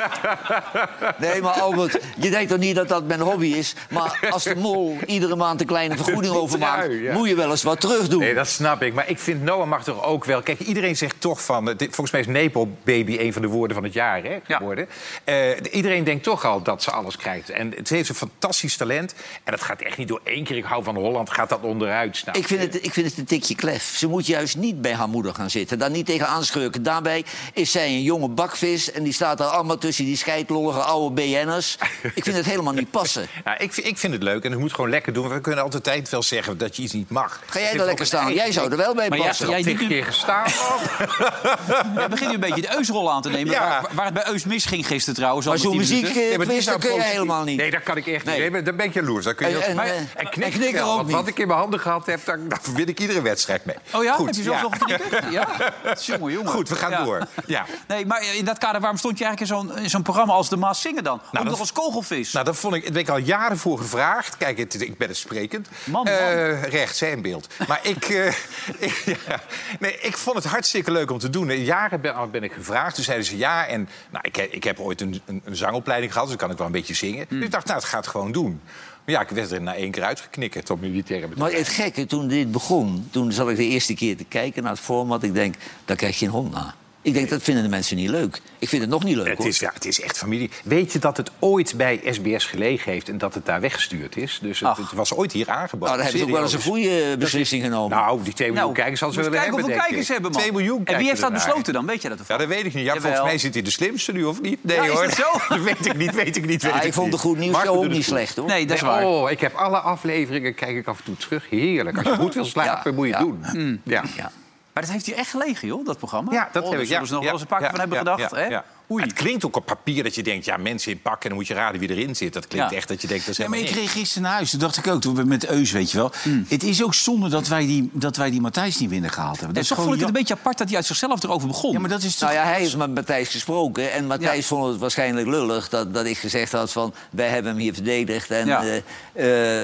S4: nee, maar Albert, je denkt toch niet dat dat mijn hobby is? Maar als de mol iedere maand een kleine vergoeding
S3: Die
S4: overmaakt...
S3: trui, ja.
S4: moet je wel eens wat terug doen.
S3: Nee, dat snap ik. Maar ik vind Noah mag toch ook wel... Kijk, iedereen zegt toch van... eh, dit- Volgens mij is Nepo Baby een van de woorden van het jaar hè,
S1: Ja.
S3: geworden. Eh, iedereen denkt toch al dat ze alles krijgt. En het heeft een fantastisch talent. En dat gaat echt niet door één keer ik hou van Holland... gaat dat onderuit. Nou, snap
S4: Ik vind, het, ik vind het een tikje klef. Ze moet juist niet bij haar moeder gaan zitten. Daar niet tegen aanschurken. Daarbij is zij een jonge bakvis... en die staat daar allemaal tussen die scheidlollige oude BN'ers. Ik vind het helemaal niet passen.
S3: Ja, nou, ik, vind- ik vind het leuk en het moet gewoon lekker doen. want We kunnen altijd wel zeggen dat je iets niet mag.
S4: Ga jij daar lekker staan? Jij zou er wel bij
S1: Maar jij-
S4: passen.
S1: jij-
S3: Tig keer gestaan.
S1: Jij begint nu een beetje de Eusrol aan te nemen.
S3: Ja.
S1: Waar, waar het bij Eus misging gisteren trouwens. al
S4: Maar
S1: met
S4: zo'n
S1: 10 minuten.
S4: muziek eh,
S3: Nee, maar die
S4: quiz,
S3: is nou
S4: dat kun je
S3: politiek.
S4: helemaal niet.
S3: Nee, dat kan ik echt
S4: Nee.
S3: niet. Nee, dan ben ik jaloers. Dan kun je
S4: En-
S3: ook-
S4: en,
S3: maar-
S4: eh,
S3: en
S4: en
S3: knikken
S4: knikken
S3: wel,
S4: ook
S3: want
S4: niet.
S3: wat ik in mijn handen gehad heb, daar, daar win ik iedere wedstrijd mee.
S1: Oh ja?
S3: Goed,
S1: Heb je zoveel geknikken? Ja. Jongen, jongen.
S3: Goed, we gaan
S1: Ja.
S3: door. Ja.
S1: Nee, maar in dat kader, waarom stond je eigenlijk in zo'n, in zo'n programma als De Maas Zingen dan? Ook
S3: Nou, dat-
S1: nog als kogelvis.
S3: Nou, daar vond ik, daar ben ik al jaren voor gevraagd. Kijk, het, ik ben het sprekend.
S1: Man, man.
S3: Eh, rechts, hè, in beeld. Maar ik, eh, ik- ja. nee, ik vond het hartstikke leuk om te doen. Eh, Jaren ben, ben ik gevraagd. Toen zeiden ze ja. En nou, ik, he- ik heb ooit een, een, een zangopleiding gehad, dus dan kan ik wel een beetje zingen.
S4: Hmm.
S3: Dus ik dacht, nou, het gaat gewoon doen. Maar ja, ik werd er na één keer uitgeknikkerd op militaire bedrijf.
S4: Maar het gekke, toen dit begon, toen zat ik de eerste keer te kijken naar het format. Ik denk, daar krijg je geen hond naar. Ik denk, dat vinden de mensen niet leuk. Ik vind het nog niet leuk,
S3: Het
S4: hoor.
S3: is, ja, het is echt familie. Weet je dat het ooit bij SBS gelegen heeft en dat het daar weggestuurd is? Dus het,
S1: Ach.
S3: het was ooit hier aangeboden.
S4: Nou, daar hebben ze ook wel eens een
S3: Serieus.
S4: goede beslissing genomen.
S3: Nou, die 2 miljoen kijkers hadden ze
S1: moet
S3: willen
S1: kijken
S3: hebben,
S1: hoeveel kijkers
S3: denk ik.
S1: hebben, man.
S3: 2 miljoen
S1: En wie
S3: kijken
S1: heeft dat
S3: ernaar.
S1: besloten dan? Weet je dat ervan?
S3: Ja, dat weet ik niet. Ja,
S1: Jawel.
S3: volgens mij zit hij de slimste nu, of niet? Nee
S1: Ja, is
S3: hoor.
S1: dat zo?
S3: Dat weet ik niet, weet ik niet, weet
S4: Ja,
S3: ik
S4: ik vond de
S3: niet.
S4: Goed Nieuws
S3: Marco
S4: Show ook
S3: doet het
S4: niet
S3: goed.
S4: slecht, hoor.
S1: Nee, dat is waar.
S3: Oh, ik heb alle afleveringen, kijk ik af en toe terug. Heerlijk. Als je goed wil slapen,
S4: Ja,
S3: moet je het
S4: ja.
S3: doen. Ja.
S4: Ja.
S1: Maar dat heeft hier echt gelegen, joh, dat programma.
S3: Ja, dat
S1: Oh,
S3: heb
S1: daar
S3: ik,
S1: zullen
S3: ja,
S1: ze nog
S3: ja,
S1: wel eens een paar keer
S3: ja,
S1: van hebben
S3: ja,
S1: gedacht.
S3: ja,
S1: hè?
S3: ja.
S1: Oei.
S3: Het klinkt ook op papier dat je denkt, ja, mensen in pak en dan moet je raden wie erin zit. Dat klinkt
S2: Ja.
S3: echt dat je denkt, dat is
S2: Ja, maar
S3: helemaal
S2: ik
S3: niks.
S2: kreeg gisteren naar huis. Toen dacht ik ook, toen we met Eus, weet je wel.
S1: Hmm.
S2: Het is ook zonde dat wij die, dat wij die Matthijs niet binnengehaald hebben.
S1: En
S2: Dat is
S1: toch vond ik het
S2: gewoon
S1: een beetje apart dat hij uit zichzelf erover begon.
S2: Ja, maar dat is toch...
S4: Nou ja, hij heeft met Matthijs gesproken. En Matthijs
S1: Ja.
S4: vond het waarschijnlijk lullig dat, dat ik gezegd had van... wij hebben hem hier verdedigd. En,
S1: Ja.
S4: eh,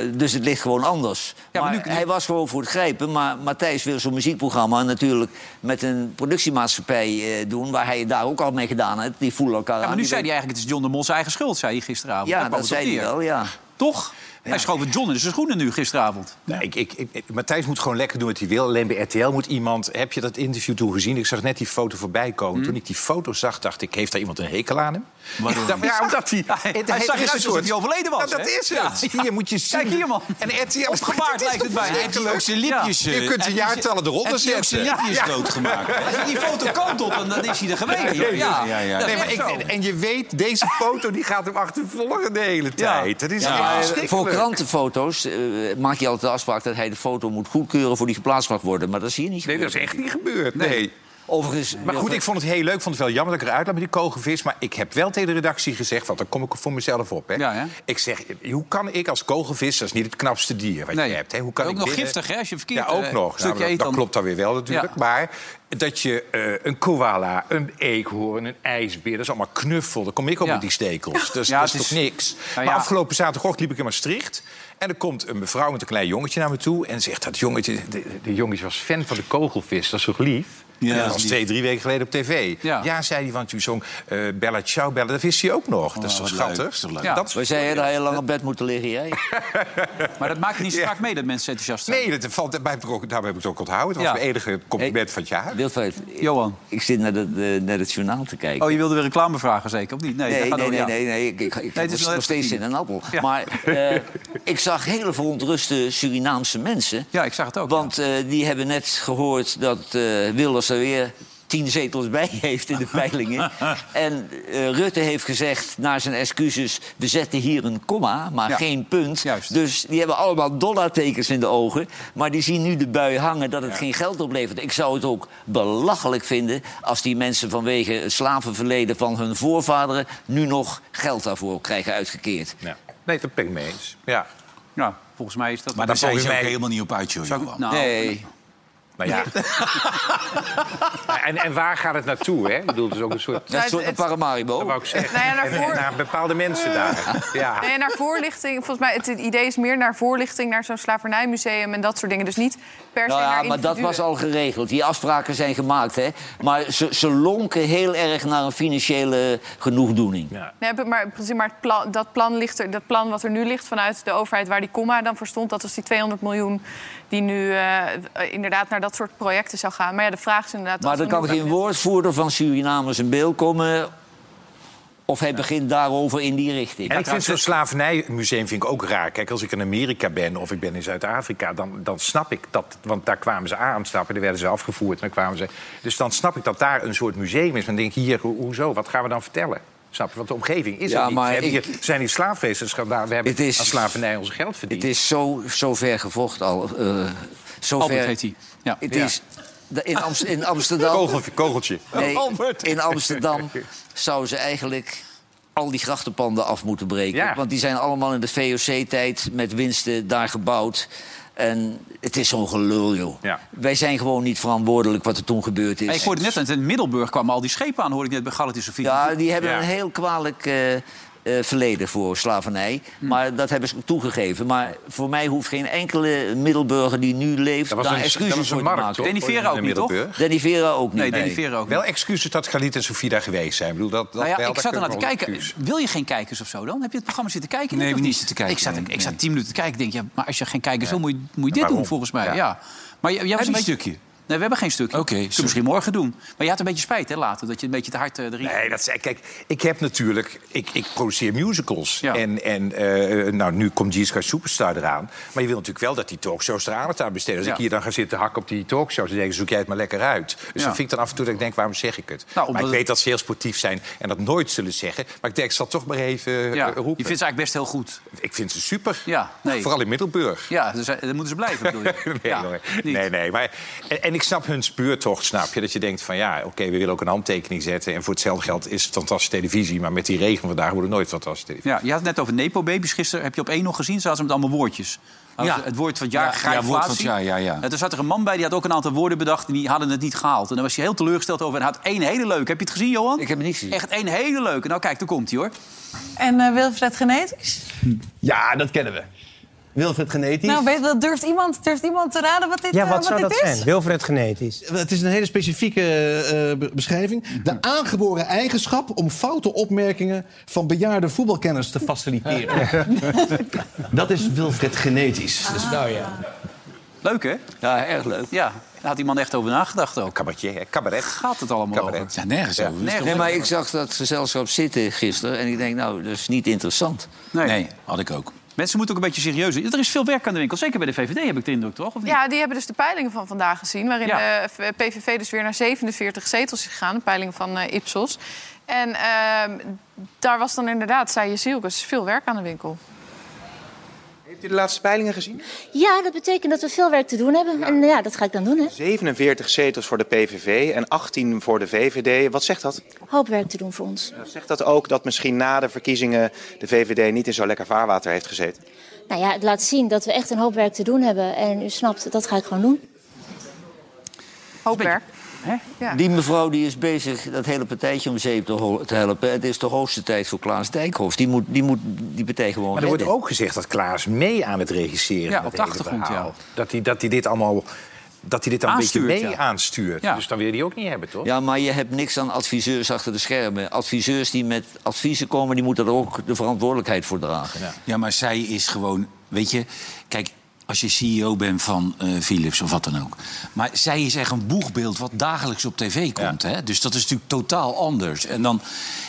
S4: eh, dus het ligt gewoon anders.
S1: Ja, maar
S4: maar
S1: nu- nu-
S4: hij was gewoon voor het grijpen. Maar Matthijs wil zo'n muziekprogramma natuurlijk met een productiemaatschappij eh, doen... waar hij het daar ook al mee gedaan heeft. Die voelen elkaar
S1: Ja, maar
S4: aan.
S1: nu
S4: Die
S1: zei hij
S4: denken-
S1: eigenlijk, het is John de Mol's eigen schuld, zei hij gisteravond. Daar
S4: Ja,
S1: kwam
S4: dat
S1: het op
S4: zei hij
S1: neer.
S4: wel, ja.
S1: Toch? Hij schoof het John in zijn schoenen nu gisteravond.
S3: Nee, ik, ik, ik- Matthijs moet gewoon lekker doen wat hij wil. Alleen bij RTL moet iemand... Heb je dat interview toen gezien? Ik zag net die foto voorbij
S1: Hmm.
S3: komen. Toen ik die foto zag, dacht ik... Heeft daar iemand een hekel aan hem? Waarom? Ja, omdat hij...
S1: Ja, hij- hij
S3: het- het
S1: zag
S3: is
S1: eruit
S3: een
S1: alsof
S3: soort-
S1: hij overleden was,
S3: Ja, Nou, dat
S1: hè?
S3: is het. Hier moet je zien.
S1: Kijk hier, man.
S3: En RTL...
S1: Opgebaard
S3: Dit is
S1: lijkt
S3: toch
S1: het bijna.
S2: En die ook
S3: verschrikkelijk?
S2: zijn lipjes...
S3: Ja,
S2: eh,
S3: je kunt de
S2: en die-
S3: jaartallen eronder
S2: en die ook zijn
S3: zetten.
S2: lipjes doodgemaakt.
S1: Als je die foto kant op, dan, dan is hij er geweest. hoor. Ja,
S2: ja,
S1: Dat
S2: ja.
S1: is
S3: Nee, maar
S1: echt
S3: ik,
S1: zo.
S3: en je weet, deze foto die gaat hem achtervolgen de hele tijd. Dat is
S4: Ja,
S3: echt
S1: eh,
S4: maar
S3: verschrikkelijk.
S4: voor krantenfoto's eh, maak je altijd de afspraak dat hij de foto moet goedkeuren voor die geplaatst mag worden. Maar dat zie je niet.
S3: Nee, dat is
S4: gebeuren.
S3: echt niet gebeurd. Nee.
S4: Overigens,
S3: Maar goed, ik vond het heel leuk. Ik vond het wel jammer dat ik eruit laat met die kogelvis. Maar ik heb wel tegen de redactie gezegd, want dan kom ik voor mezelf op. Hè.
S1: Ja, hè?
S3: Ik zeg, hoe kan ik als kogelvis, dat is niet het knapste dier wat
S1: Nee.
S3: Nou, je hebt. Hè. Hoe kan
S1: Ook
S3: ik
S1: nog
S3: binnen-
S1: giftig, hè, als je verkeerd,
S3: Ja, ook
S1: eh,
S3: nog.
S1: stukje
S3: Nou, dat,
S1: eet
S3: dat
S1: dan.
S3: klopt dan weer wel natuurlijk.
S1: Ja.
S3: Maar dat je eh, een koala, een eekhoorn, een ijsbeer... dat is allemaal knuffel. Daar kom ik op
S1: Ja.
S3: met die stekels. Dus
S1: Ja,
S3: dat is
S1: het
S3: toch
S1: is-
S3: niks.
S1: Nou
S3: Maar
S1: ja.
S3: afgelopen zaterdagochtend liep ik in Maastricht... en er komt een mevrouw met een klein jongetje naar me toe... en zegt, dat jongetje, de, de jongetje was fan van de kogelvis. Dat is toch lief?
S2: Ja,
S3: Ja, dat
S2: dat
S3: was
S2: is lief.
S3: twee, drie weken geleden op tv.
S1: Ja.
S3: Ja, zei hij, want u zong eh, Bella Ciao Bella. Dat wist hij ook nog. dat is toch
S2: Oh, wat
S3: schattig?
S2: leuk, is toch leuk.
S1: Ja.
S3: Dat is-
S4: Wij zeiden dat je lang op bed moet liggen, jij.
S1: Maar dat maakt niet zo
S3: Ja.
S1: vaak mee dat mensen enthousiast zijn.
S3: Nee, dat valt, daarbij, heb ik ook, daarbij heb ik het ook onthouden. Het was
S1: Ja.
S3: mijn enige compliment van het jaar.
S4: Wilfred, ik-
S1: Johan.
S4: ik zit naar, dat, eh, naar het journaal te kijken.
S1: Oh, je wilde weer reclame vragen, zeker? Of niet? Nee, dat
S4: Nee,
S1: gaat
S4: nee,
S1: over-
S4: nee,
S1: ja.
S4: nee, nee. Ik, ik, ik
S1: het is
S4: was
S1: wel
S4: nog steeds
S1: even
S4: in een appel.
S1: Ja.
S4: Maar eh, ik zag hele verontruste Surinaamse mensen.
S1: Ja, ik zag het ook.
S4: Want eh, die hebben net gehoord dat eh, Wilders er weer tien zetels bij heeft in de peilingen. en eh, Rutte heeft gezegd, na zijn excuses... we zetten hier een komma, maar
S1: Ja.
S4: geen punt.
S1: Juist.
S4: Dus die hebben allemaal dollartekens in de ogen. Maar die zien nu de bui hangen dat het geen geld oplevert. Ik zou het ook belachelijk vinden... als die mensen vanwege het slavenverleden van hun voorvaderen... nu nog geld daarvoor krijgen uitgekeerd.
S3: Ja. Nee, dat ben ik mee eens. Ja.
S1: ja. Nou, volgens mij is dat...
S2: Maar daar zijn ze
S3: volgens
S2: ook
S3: mij-
S2: helemaal niet op uit, joh. Johan.
S1: Nou,
S4: Nee.
S3: Nou ja. en, en waar gaat het naartoe, hè? Ik bedoel, het is ook een soort...
S4: Dat is
S5: Nou,
S4: een
S5: het-
S4: Paramaribo.
S3: Dat wou ik zeggen.
S5: Nou ja, naar
S3: En- en
S5: voren-
S3: naar bepaalde mensen daar. Ja.
S5: Nee, naar voorlichting. Volgens mij het, het idee is meer naar voorlichting, naar zo'n slavernijmuseum en dat soort dingen. Dus niet per se
S4: Nou ja,
S5: naar
S4: maar dat
S5: individuen.
S4: was al geregeld. Die afspraken zijn gemaakt, hè. Maar ze, ze lonken heel erg naar een financiële genoegdoening.
S5: Nee, maar precies, maar het plan, dat, plan ligt er, dat plan wat er nu ligt vanuit de overheid... waar die comma dan voor stond, dat was die 200 miljoen... die nu eh, inderdaad naar dat soort projecten zou gaan. Maar ja, de vraag is inderdaad...
S4: Maar
S5: als
S4: dan
S5: we
S4: kan
S5: nu-
S4: geen woordvoerder van Surinamers in beeld komen... of hij begint daarover in die richting.
S3: En ik vind zo'n slavernijmuseum vind ik ook raar. Kijk, als ik in Amerika ben of ik ben in Zuid-Afrika... Dan, dan snap ik dat, want daar kwamen ze aan stappen. Daar werden ze afgevoerd en dan kwamen ze... Dus dan snap ik dat daar een soort museum is. Dan denk ik, hier, ho- hoezo? Wat gaan we dan vertellen? Snap je? Want de omgeving is
S4: Ja,
S3: er niet.
S4: maar
S3: we hebben
S4: ik-
S3: hier, zijn hier slaafwezens gedaan. We hebben
S4: Het is-
S3: aan slavernij ons geld verdiend.
S4: Het is zo, zo ver gevocht al. eh, zo
S1: Albert
S4: ver,
S1: heet hij. Ja.
S4: Het
S1: Ja.
S4: is... In, Amst- in Amsterdam...
S3: Kogel- kogeltje.
S4: Nee, in Amsterdam zouden ze eigenlijk al die grachtenpanden af moeten breken.
S3: Ja.
S4: Want die zijn allemaal in de VOC-tijd met winsten daar gebouwd. En het is zo'n gelul, joh.
S3: Ja.
S4: Wij zijn gewoon niet verantwoordelijk wat er toen gebeurd is.
S1: Hey, ik hoorde net, dat in Middelburg kwamen al die schepen aan, hoorde ik net bij Galatische Vier.
S4: Ja, die hebben
S3: Ja.
S4: een heel kwalijk eh, eh, verleden voor slavernij.
S3: Hm.
S4: Maar dat hebben ze ook toegegeven. Maar voor mij hoeft geen enkele Middelburger die nu leeft...
S3: Dat was
S4: daar
S3: een-
S4: excuses
S3: dat was een
S4: voor
S3: markt,
S4: te maken.
S3: toch?
S1: Danny Vera ook
S3: In
S1: niet, toch?
S3: Middelburg.
S4: Danny Vera ook niet.
S1: Nee, Danny Vera ook niet.
S3: Wel excuses dat Galit en Sofie daar geweest zijn. Ik bedoel, dat, dat
S1: Nou ja,
S3: wel,
S1: ik
S3: daar
S1: zat ernaar te
S3: kunnen we wel
S1: kijken.
S3: excuus.
S1: Wil je geen kijkers of zo dan? Heb je het programma zitten kijken?
S2: Nee,
S1: net,
S2: we
S1: of
S2: niet zitten kijken,
S1: Ik zat,
S2: nee,
S1: ik zat
S2: nee.
S1: tien minuten te kijken. Ik denk, ja, maar als je geen kijkers wil, moet je, moet je dit
S3: waarom?
S1: doen, volgens mij. Ja.
S3: Ja.
S1: Maar jij, jij was
S2: Heb je
S1: een
S2: een
S1: beetje-
S2: stukje?
S1: Nee, we hebben geen stukje.
S2: Oké,
S1: Kunnen we
S2: sorry.
S1: misschien morgen doen. Maar je had een beetje spijt, hè, later. Dat je een beetje te hard eh, erin...
S3: Nee, dat zei, kijk, ik heb natuurlijk... Ik, ik produceer musicals.
S1: Ja.
S3: En, en eh, nou, nu komt Jesus Christ Superstar eraan. Maar je wil natuurlijk wel dat die talkshows er aandacht aan besteden. Als
S1: Ja.
S3: ik hier dan ga zitten hakken op die talkshows... dan denk ik, zoek jij het maar lekker uit. Dus
S1: Ja. Nou,
S3: dan vind ik dan af en toe dat ik denk, waarom zeg ik het?
S1: omdat
S3: maar ik
S1: het-
S3: weet dat ze heel sportief zijn en dat nooit zullen zeggen. Maar ik denk, ik zal toch maar even eh,
S1: Ja, je vindt
S3: roepen.
S1: ze eigenlijk best heel goed.
S3: Ik vind ze super.
S1: Ja, nee.
S3: Vooral in Middelburg.
S1: Ja, dus, eh, dan moeten ze blijven, bedoel je?
S3: Nee,
S1: ja,
S3: hoor.
S1: niet.
S3: nee, nee. Maar, en, en ik snap hun spuurtocht, snap je? Dat je denkt van ja, oké, we willen ook een handtekening zetten. En voor hetzelfde geld is het fantastische televisie. Maar met die regen vandaag wordt het nooit fantastische televisie.
S1: Ja, je had het net over Nepo-babies gisteren. Heb je op één nog gezien? Zaten ze met allemaal woordjes.
S2: Ja.
S1: Het woord van het jaar,
S2: Ja, ja, woord van het
S1: grijpflatie.
S2: jaar, ja, ja.
S1: En toen zat er een man bij, die had ook een aantal woorden bedacht... en die hadden het niet gehaald. En daar was hij heel teleurgesteld over. En hij had één hele leuke. Heb je het gezien, Johan?
S4: Ik heb het niet gezien.
S1: Echt één hele leuke. Nou kijk, daar komt hij hoor.
S11: En eh, Wilfred Genetics?
S12: Ja, dat kennen we. Wilfred Genetisch.
S11: Nou, weet, wel, durft, iemand, durft iemand te raden wat dit,
S12: ja,
S11: eh,
S12: wat zou
S11: dit
S12: dat
S11: is?
S12: zijn? Wilfred Genetisch. Het is een hele specifieke eh, be- beschrijving. De aangeboren eigenschap om foute opmerkingen van bejaarde voetbalkenners te faciliteren. dat is Wilfred Genetisch. Dus, nou ja.
S1: Leuk, hè? Ja, erg leuk. Ja, daar had die man echt over nagedacht ook.
S3: Cabaretje, cabaret.
S1: Gaat het allemaal over?
S2: Ja, nergens over. Dus
S4: Nee, maar ik zag dat gezelschap zitten gisteren en ik denk, nou, dat is niet interessant.
S1: Nee.
S2: Nee, had ik ook.
S1: Mensen moeten ook een beetje serieus zijn. Er is veel werk aan de winkel. Zeker bij de VVD heb ik de indruk, toch? Of niet?
S5: Ja, die hebben dus de peilingen van vandaag gezien... waarin
S1: Ja.
S5: de V- PVV dus weer naar 47 zetels is gegaan. De peiling van eh, Ipsos. En ehm, daar was dan inderdaad, zei je Zielkes, veel werk aan de winkel.
S8: Heeft u de laatste peilingen gezien?
S6: Ja, dat betekent dat we veel werk te doen hebben. En ja, dat ga ik dan doen, hè.
S8: 47 zetels voor de PVV en 18 voor de VVD. Wat zegt dat?
S6: Hoop werk te doen voor ons.
S8: Zegt dat ook dat misschien na de verkiezingen de VVD niet in zo lekker vaarwater heeft gezeten?
S6: Nou ja, het laat zien dat we echt een hoop werk te doen hebben. En u snapt, dat ga ik gewoon doen.
S5: Hoop werk.
S4: Die mevrouw die is bezig dat hele partijtje om zeep te, hol- te helpen. Het is de hoogste tijd voor Klaas Dijkhoff. Die moet die, moet die partij gewoon
S3: Maar er wordt
S4: redden.
S3: ook gezegd dat Klaas mee aan het regisseren
S1: Ja,
S3: met
S1: op de
S3: hele
S1: achtergrond,
S3: verhaal.
S1: ja.
S3: Dat hij dat hij dit allemaal... Dat hij dit dan een
S1: Aanstuurt,
S3: beetje mee
S1: ja.
S3: aanstuurt.
S1: Ja.
S3: Dus dan wil je die ook niet hebben, toch?
S4: Ja, maar je hebt niks aan adviseurs achter de schermen. Adviseurs die met adviezen komen, die moeten er ook de verantwoordelijkheid voor dragen.
S2: Ja, maar zij is gewoon, weet je, kijk, als je CEO bent van eh, Philips of wat dan ook. Maar zij is echt een boegbeeld wat dagelijks op tv komt. Hè? Dus dat is natuurlijk totaal anders. En dan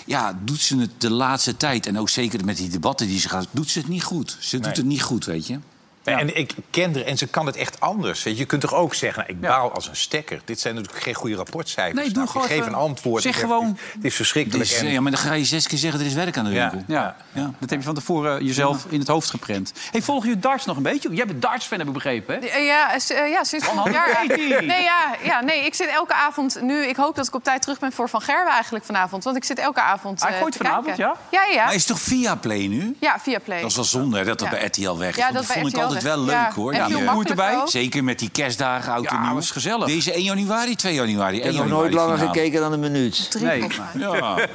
S2: ja, doet ze het de laatste tijd, en ook zeker met die debatten die ze gaat, doet ze het niet goed. Ze doet het niet goed, weet je.
S3: Ja, En ik ken er, en ze kan het echt anders. Weet je. je kunt toch ook zeggen, nou, ik baal als een stekker. Dit zijn natuurlijk geen goede rapportcijfers.
S1: Nee, doe
S3: snap je?
S1: gewoon
S3: Geef
S1: even-
S3: een antwoord.
S1: zeg
S3: Het is-
S1: gewoon-
S3: Het is verschrikkelijk.
S2: Dus,
S3: en-
S2: eh, ja, maar dan ga je zes keer zeggen, er is werk aan de
S3: Ja.
S2: winkel.
S1: Ja. dat heb je van tevoren jezelf in het hoofd geprent. Hey, volg je darts nog een beetje? Jij bent darts-fan, heb ik begrepen, hè?
S5: Eh, Ja, eh, s- eh, ja sinds vorig jaar. eigenlijk.
S1: Hey.
S5: Nee, ja, ja, nee, ik zit elke avond nu... Ik hoop dat ik op tijd terug ben voor Van Gerwen eigenlijk vanavond. Want ik zit elke avond
S1: Hij
S5: eh,
S1: gooit
S5: te
S1: vanavond,
S5: kijken. Ja, ja, ja.
S2: Maar is het toch via Play nu?
S5: Ja, via Play.
S2: Dat is wel zonde hè, dat dat
S5: Ja.
S2: bij RTL weg is.
S5: Ja, dat
S2: want dat
S5: bij
S2: vond ik
S5: RTL
S2: altijd
S5: weg.
S2: wel leuk
S5: Ja.
S2: hoor.
S5: En
S2: die,
S5: veel
S2: eh,
S5: makkelijker
S1: erbij.
S5: ook.
S2: Zeker met die kerstdagen, oud en
S1: Ja,
S2: nieuw.
S1: was gezellig.
S2: Deze 1 januari, 2 januari. 1
S4: Ik heb
S2: januari
S4: nooit langer
S2: finale.
S4: gekeken dan een minuut.
S5: Drie
S1: Nee.
S5: volgens mij.
S2: Ja.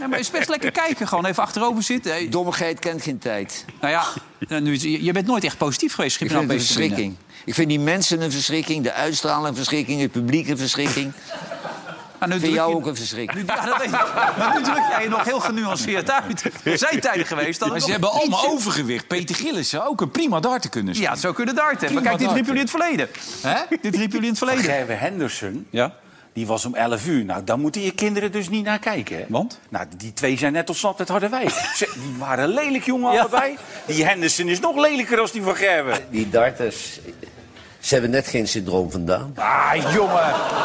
S1: Ja, maar het is best lekker kijken. Gewoon even achterover zitten. Hey,
S4: Dommigheid kent geen tijd.
S1: Nou ja, nou, nu, je je bent nooit echt positief geweest.
S4: Ik
S1: Schip
S4: vind het een verschrikking. Ik vind die mensen een verschrikking, de uitstraling een verschrikking, het publiek een verschrikking.
S1: Nou, nu
S4: Ik
S1: druk
S4: vind
S1: je-
S4: jou ook een verschrikking.
S1: Nu- Ja, dat weet ik. Maar nu druk jij je nog heel genuanceerd uit. Er zijn tijden geweest dat het
S2: Maar ze
S1: nog
S2: hebben allemaal
S1: ietsje-
S2: overgewicht. Peter Gillissen ook een prima dart te kunnen
S1: Ja,
S2: schieten.
S1: zo kunnen darten. Maar kijk, dit riep jullie in het verleden.
S2: Hè?
S1: Dit riep jullie in het verleden.
S13: Gerwe Henderson,
S1: Ja.
S13: die was om 11 uur. Nou, daar moeten je kinderen dus niet naar kijken. Hè?
S1: Want?
S13: Nou, die twee zijn net ontsnapt uit Harderwijk. Ze, die waren lelijk, jongen, allebei. Die Henderson is nog lelijker dan die van Gerwe.
S14: Die darters, ze hebben net geen syndroom vandaan.
S13: Ah, jongen.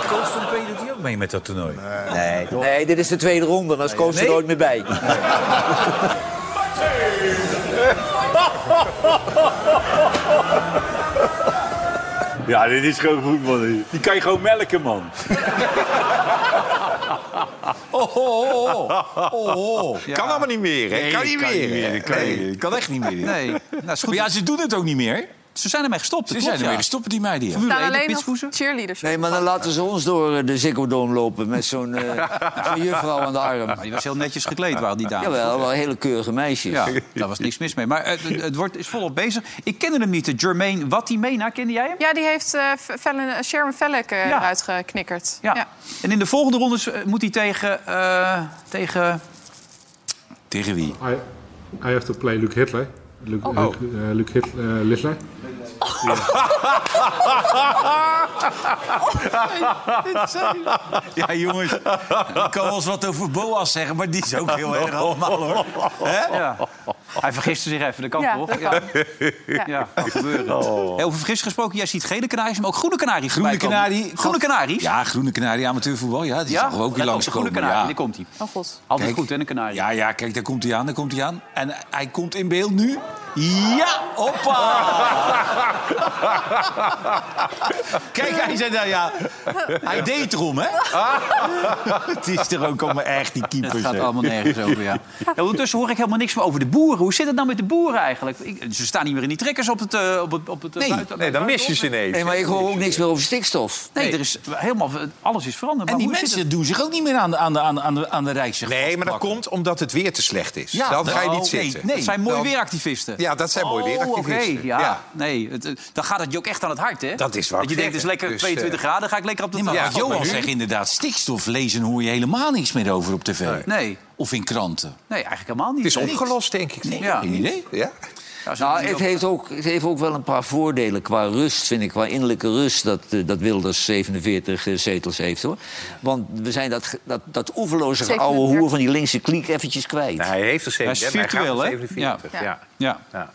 S13: Koos van P doet hij ook mee met dat toernooi.
S4: Nee, nee, dit is de tweede ronde, dan is Koos er nooit meer bij.
S13: Ja, dit is gewoon goed, man. Die kan je gewoon melken, man.
S2: Oh, oh, oh, oh. oh.
S3: Kan allemaal niet meer, hè? kan niet meer. hè?
S2: Kan, kan echt niet meer.
S1: Nee. Nou, is goed.
S2: Maar ja, ze doen het ook niet meer.
S1: Ze zijn ermee gestopt.
S2: Ze zijn ermee gestopt, die meiden. ja.
S5: Er
S1: Formule
S5: staan
S1: 1, de
S5: alleen nog
S1: pitspoezen.
S5: cheerleaders.
S4: Nee, maar dan laten ze ons door eh, de Ziggo Dome lopen met zo'n eh, zo'n juffrouw aan de arm.
S1: Maar die was heel netjes gekleed, waren die dames.
S4: Jawel, wel hele keurige meisjes.
S1: Ja, daar was niks mis mee. Maar eh, het, het- het wordt, is volop bezig. Ik kende hem niet, de Jermaine Wattimena. Kende jij hem?
S5: Ja, die heeft eh, F- Fallon- eh, Sharon Fellek eh,
S1: Ja.
S5: eruit geknikkerd.
S1: Ja. En in de volgende rondes eh, moet hij tegen... eh, tegen...
S2: Tegen wie?
S15: I I have to play Luke Hitler. Luke,
S1: Oh.
S15: Luke, uh, Luke Hit, uh, Littler.
S2: Ja, jongens. Ik kan wel eens wat over Boas zeggen, maar die is ook heel erg allemaal, hoor.
S1: Ja. Hij vergiste zich even, dat kan
S4: Oh,
S5: Ja,
S1: toch?
S5: dat
S1: ja.
S5: kan.
S1: Ja,
S2: Oh.
S1: kan gebeuren. Hey, over vergis gesproken, jij ziet gele kanaries, maar ook groene kanaries.
S2: Groene
S1: voorbij komen.
S2: Canarie.
S1: Groene kanaries?
S2: Ja, Groene Canarie, amateurvoetbal. Ja, die zagen we ook weer
S1: Let op,
S2: langs
S1: de groene
S2: komen.
S1: kanarie,
S2: Ja.
S1: daar komt hij.
S5: Oh god.
S4: Ah,
S1: Altijd
S2: Kijk.
S1: goed, hè, een kanarie.
S2: ja, ja, kijk, daar komt hij aan, daar komt hij aan. En hij komt in beeld nu.
S1: Ja, hoppa! Kijk, hij zei nou ja, hij deed erom, hè?
S2: Het is er ook allemaal echt, die keepers.
S1: Het gaat
S2: hè.
S1: allemaal nergens over, ja. Ja, ondertussen hoor ik helemaal niks meer over de boeren. Hoe zit het nou met de boeren eigenlijk? Ik- ze staan niet meer in die trekkers op het... eh, op het, op het nee,
S3: nee, dan mis je ze ineens.
S4: Nee, maar ik hoor ook niks meer over stikstof.
S1: Nee, er is helemaal, alles is veranderd.
S2: En
S1: Maar
S2: die
S1: hoe zit
S2: mensen doen zich ook niet meer aan de, aan de, aan de, aan de, aan de Rijksweg
S3: Nee, maar dat
S2: vastplakken.
S3: komt omdat het weer te slecht is. dan ga je
S1: nou,
S3: niet
S1: nee,
S3: zitten.
S1: Nee, dat zijn mooi
S3: Dan-
S1: weeractivisten.
S3: Ja, dat zijn mooi
S1: Oh,
S3: weeractivisten.
S1: oké, ja.
S3: Ja.
S1: Nee, het, eh, dan gaat het je ook echt aan het hart, hè?
S3: Dat is waar
S1: Dat je
S3: ik
S1: denkt, het is
S3: zeg.
S1: lekker
S3: Dus,
S1: 22
S3: eh,
S1: graden, ga ik lekker op de
S2: Maar
S1: terras.
S2: wat Johan zegt inderdaad, stikstof lezen hoor je helemaal niks meer over op tv.
S1: Nee.
S2: Of in kranten.
S1: Nee, eigenlijk helemaal niet.
S3: Het is
S1: Nee.
S3: opgelost, denk ik.
S2: Nee,
S1: Ja.
S2: geen idee.
S3: Ja?
S4: Nou, het heeft, ook, het heeft ook wel een paar voordelen qua rust, vind ik. Qua innerlijke rust, dat, eh, dat Wilders 47 zetels heeft, hoor. Want we zijn dat, ge- dat, dat oeverloze oude
S5: 37.
S4: hoer van die linkse kliek eventjes kwijt.
S3: Nou, hij heeft er 37.
S1: Hij is virtueel,
S3: hij
S1: hè?
S3: gaat naar 47,
S5: Ja.
S3: Ja. Ja.
S1: Ja.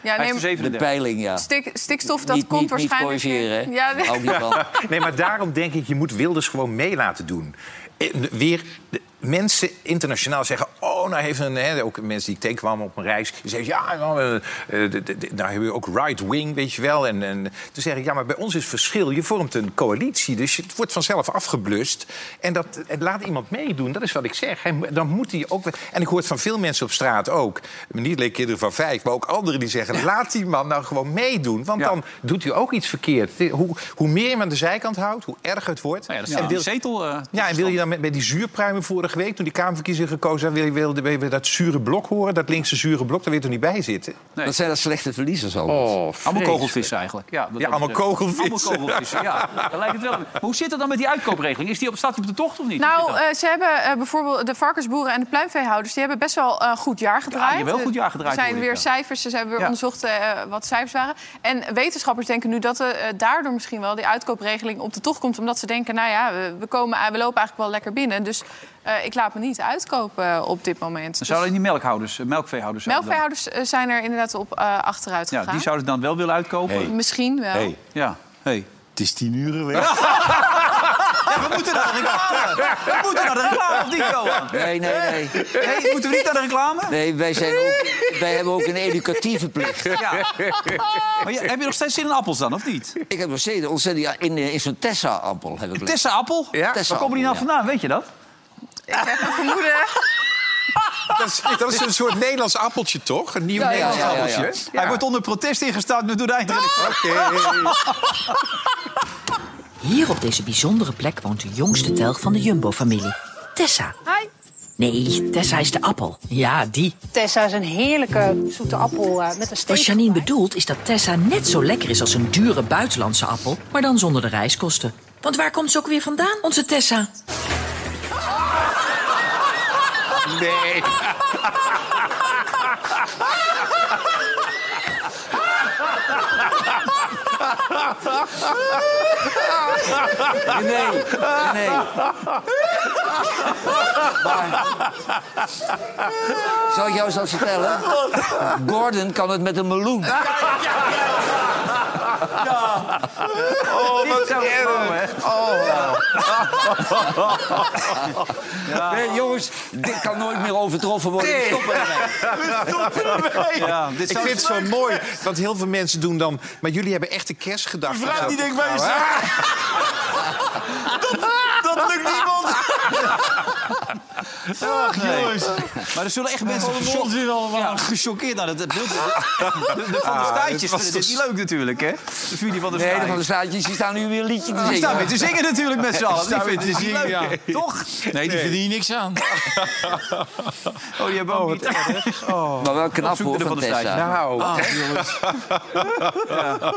S5: Ja,
S1: Hij
S5: nee,
S1: heeft er
S4: de
S1: 37.
S4: peiling, ja.
S5: stik- stikstof, dat
S4: dus niet,
S5: komt
S4: niet, niet
S5: waarschijnlijk...
S4: corrigeren, hè?
S5: Ja, nee.
S4: Hou ik niet van.
S3: Nee, maar daarom denk ik, je moet Wilders gewoon mee laten doen. Eh, Weer, de mensen internationaal zeggen... oh, nou heeft een... Hè, ook mensen die ik tegenkwam op mijn reis... die zeggen, ja, nou, eh, eh, de- de- de- nou hebben we ook right-wing, weet je wel. En, en toen zeg ik, ja, maar bij ons is verschil. Je vormt een coalitie, dus het wordt vanzelf afgeblust. En dat, eh, laat iemand meedoen, dat is wat ik zeg. Hij mo- dan moet hij ook... wel- En ik hoor het van veel mensen op straat ook. Niet alleen kinderen van vijf, maar ook anderen die zeggen... laat die man nou gewoon meedoen, want dan doet hij ook iets verkeerd. Hoe, hoe meer je hem aan de zijkant houdt, hoe erger het wordt.
S1: Nou ja, dat
S3: en
S1: is
S3: wil,
S1: een zetel. eh,
S3: ja, en wil je dan met, met die zuurpruimen vorige week, toen die Kamerverkiezingen gekozen zijn, wil je, wil, wil je dat zure blok horen, dat linkse zure blok, daar wil je toch niet bij zitten?
S4: Dat zijn dat slechte verliezers allemaal.
S1: allemaal kogelvissen eigenlijk. Ja, dat-
S3: Ja, allemaal
S1: Allemaal
S3: kogelvissen.
S1: kogelvissen, ja. Daar lijkt het wel. op. Maar hoe zit het dan met die uitkoopregeling? Is die op, staat die op de tocht of niet?
S5: Nou, eh, ze hebben eh, bijvoorbeeld de varkensboeren en de pluimveehouders... die hebben best wel een goed jaar gedraaid.
S1: die hebben wel een goed jaar gedraaid,
S5: Er zijn
S1: hoor ik,
S5: weer
S1: ja.
S5: cijfers, ze hebben weer
S1: Ja.
S5: onderzocht eh, wat cijfers waren. En wetenschappers denken nu dat eh, daardoor misschien wel... die uitkoopregeling op de tocht komt. Omdat ze denken, nou ja, we, we komen, we lopen eigenlijk wel lekker binnen. Dus eh, ik laat me niet uitkopen eh, op dit moment.
S1: dan
S5: Dus
S1: zouden die melkhouders, eh, melkveehouders zijn. dan-
S5: melkveehouders eh, zijn er inderdaad op eh, achteruit gegaan.
S1: Ja, die zouden dan wel willen uitkopen.
S5: Misschien wel.
S2: Hey.
S1: Ja, hey.
S2: Het is tien uur weg.
S1: we moeten naar de reclame. We moeten naar de reclame, of niet, Johan?
S4: Nee, nee, nee.
S1: Nee, moeten we niet naar de reclame?
S4: Nee, wij, zijn ook, wij hebben ook een educatieve plicht.
S1: Ja. Maar je- heb je nog steeds zin in appels dan, of niet?
S4: Ik heb nog steeds een ontzettend... ja, In, eh, in zo'n Tessa-appel heb ik les.
S1: Tessa Appel?
S4: Tessa
S1: Waar komen die nou
S4: appel,
S1: vandaan, weet je dat?
S5: Ik heb een vermoeden.
S3: Dat is, dat is een soort Nederlands appeltje, toch? Een nieuw
S4: Ja, ja,
S3: Nederlands
S4: ja, ja, ja.
S3: appeltje.
S1: Hij wordt onder protest ingestaakt door de eindredacteur.
S16: Hier op deze bijzondere plek woont de jongste telg van de Jumbo-familie. Tessa.
S17: Hi.
S16: Nee, Tessa is de appel. Ja, die.
S17: Tessa is een heerlijke zoete appel eh, met een
S16: Wat
S17: steek.
S16: Janine bedoelt is dat Tessa net zo lekker is als een dure buitenlandse appel, maar dan zonder de reiskosten. Want waar komt ze ook weer vandaan, onze Tessa?
S3: Nee.
S4: Nee, nee. Maar, zal ik jou eens wat vertellen? Gordon kan het met een meloen.
S3: Oh, wat
S1: Dit zou
S3: erg.
S1: komen, hè?
S4: Oh, Nee, jongens, dit kan nooit meer overtroffen worden. Stop ermee.
S1: Ja, dit
S3: ik
S1: zou-
S3: vind het zo mooi, want heel veel mensen doen dan... Maar jullie hebben echt de kerstgedachte.
S13: Vraag
S3: Nou,
S13: die denkt bij
S3: nou,
S13: jezelf.
S3: hè?
S13: Dat lukt niemand.
S1: Nee. Maar er zullen echt
S2: Oh,
S1: mensen geschokt- ja, gechoqueerd naar het beeld. De, de, de Van der Staartjes vinden dit niet leuk natuurlijk, hè? De familie Van der
S4: Nee, de van de
S1: Staartjes.
S4: staatjes die staan nu weer een liedje te
S1: Die staan weer
S4: zingen.
S1: te zingen natuurlijk met z'n allen. Die
S13: staan weer
S1: vinden
S13: te
S1: het niet
S13: zingen,
S1: leuk, toch?
S2: Nee, die verdien je niks aan.
S1: Oh, die hebben ook niet.
S4: Maar wel knap
S1: zoek
S4: hoor,
S1: de Van
S4: van
S1: der Staartjes.
S4: Tessa.
S3: Nou,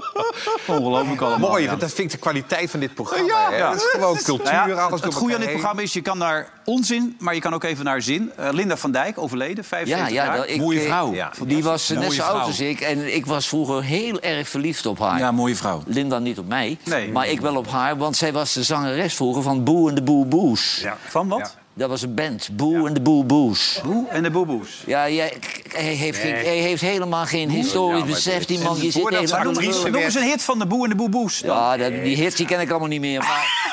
S1: Ongelooflijk allemaal.
S3: mooi,
S1: ja.
S3: want dat vind ik de kwaliteit van dit programma. hè. Dat is gewoon cultuur,
S1: Nou ja,
S3: alles
S1: het,
S3: door
S1: het goede aan dit
S3: elkaar heen.
S1: programma is, je kan naar onzin, maar je kan ook even naar zin. Eh, Linda van Dijk, overleden, 75
S4: Ja, ja,
S1: jaar.
S4: dat- ik,
S2: Mooie
S4: eh,
S2: vrouw.
S3: Ja.
S4: Die was eh, net
S2: Mooie
S4: zo
S2: vrouw.
S4: oud als ik. En ik was vroeger heel erg verliefd op haar.
S2: Ja, mooie vrouw.
S4: Linda niet op mij,
S1: Nee.
S4: maar ik wel op haar. Want zij was de zangeres vroeger van Boe en de Boe Boes.
S1: Van wat?
S4: Dat was een band, Boe en de Boeboes.
S1: Boe en de Boeboes.
S4: Ja, jij- hij, heeft geen-
S1: Nee.
S4: hij heeft helemaal geen historisch besef, die man. Je zit
S1: Voordat ze-
S4: helemaal
S1: noem, eens- noem eens een hit van de Boe en de Boeboes.
S4: Ja, dat- die hits die ken ik allemaal niet meer. Maar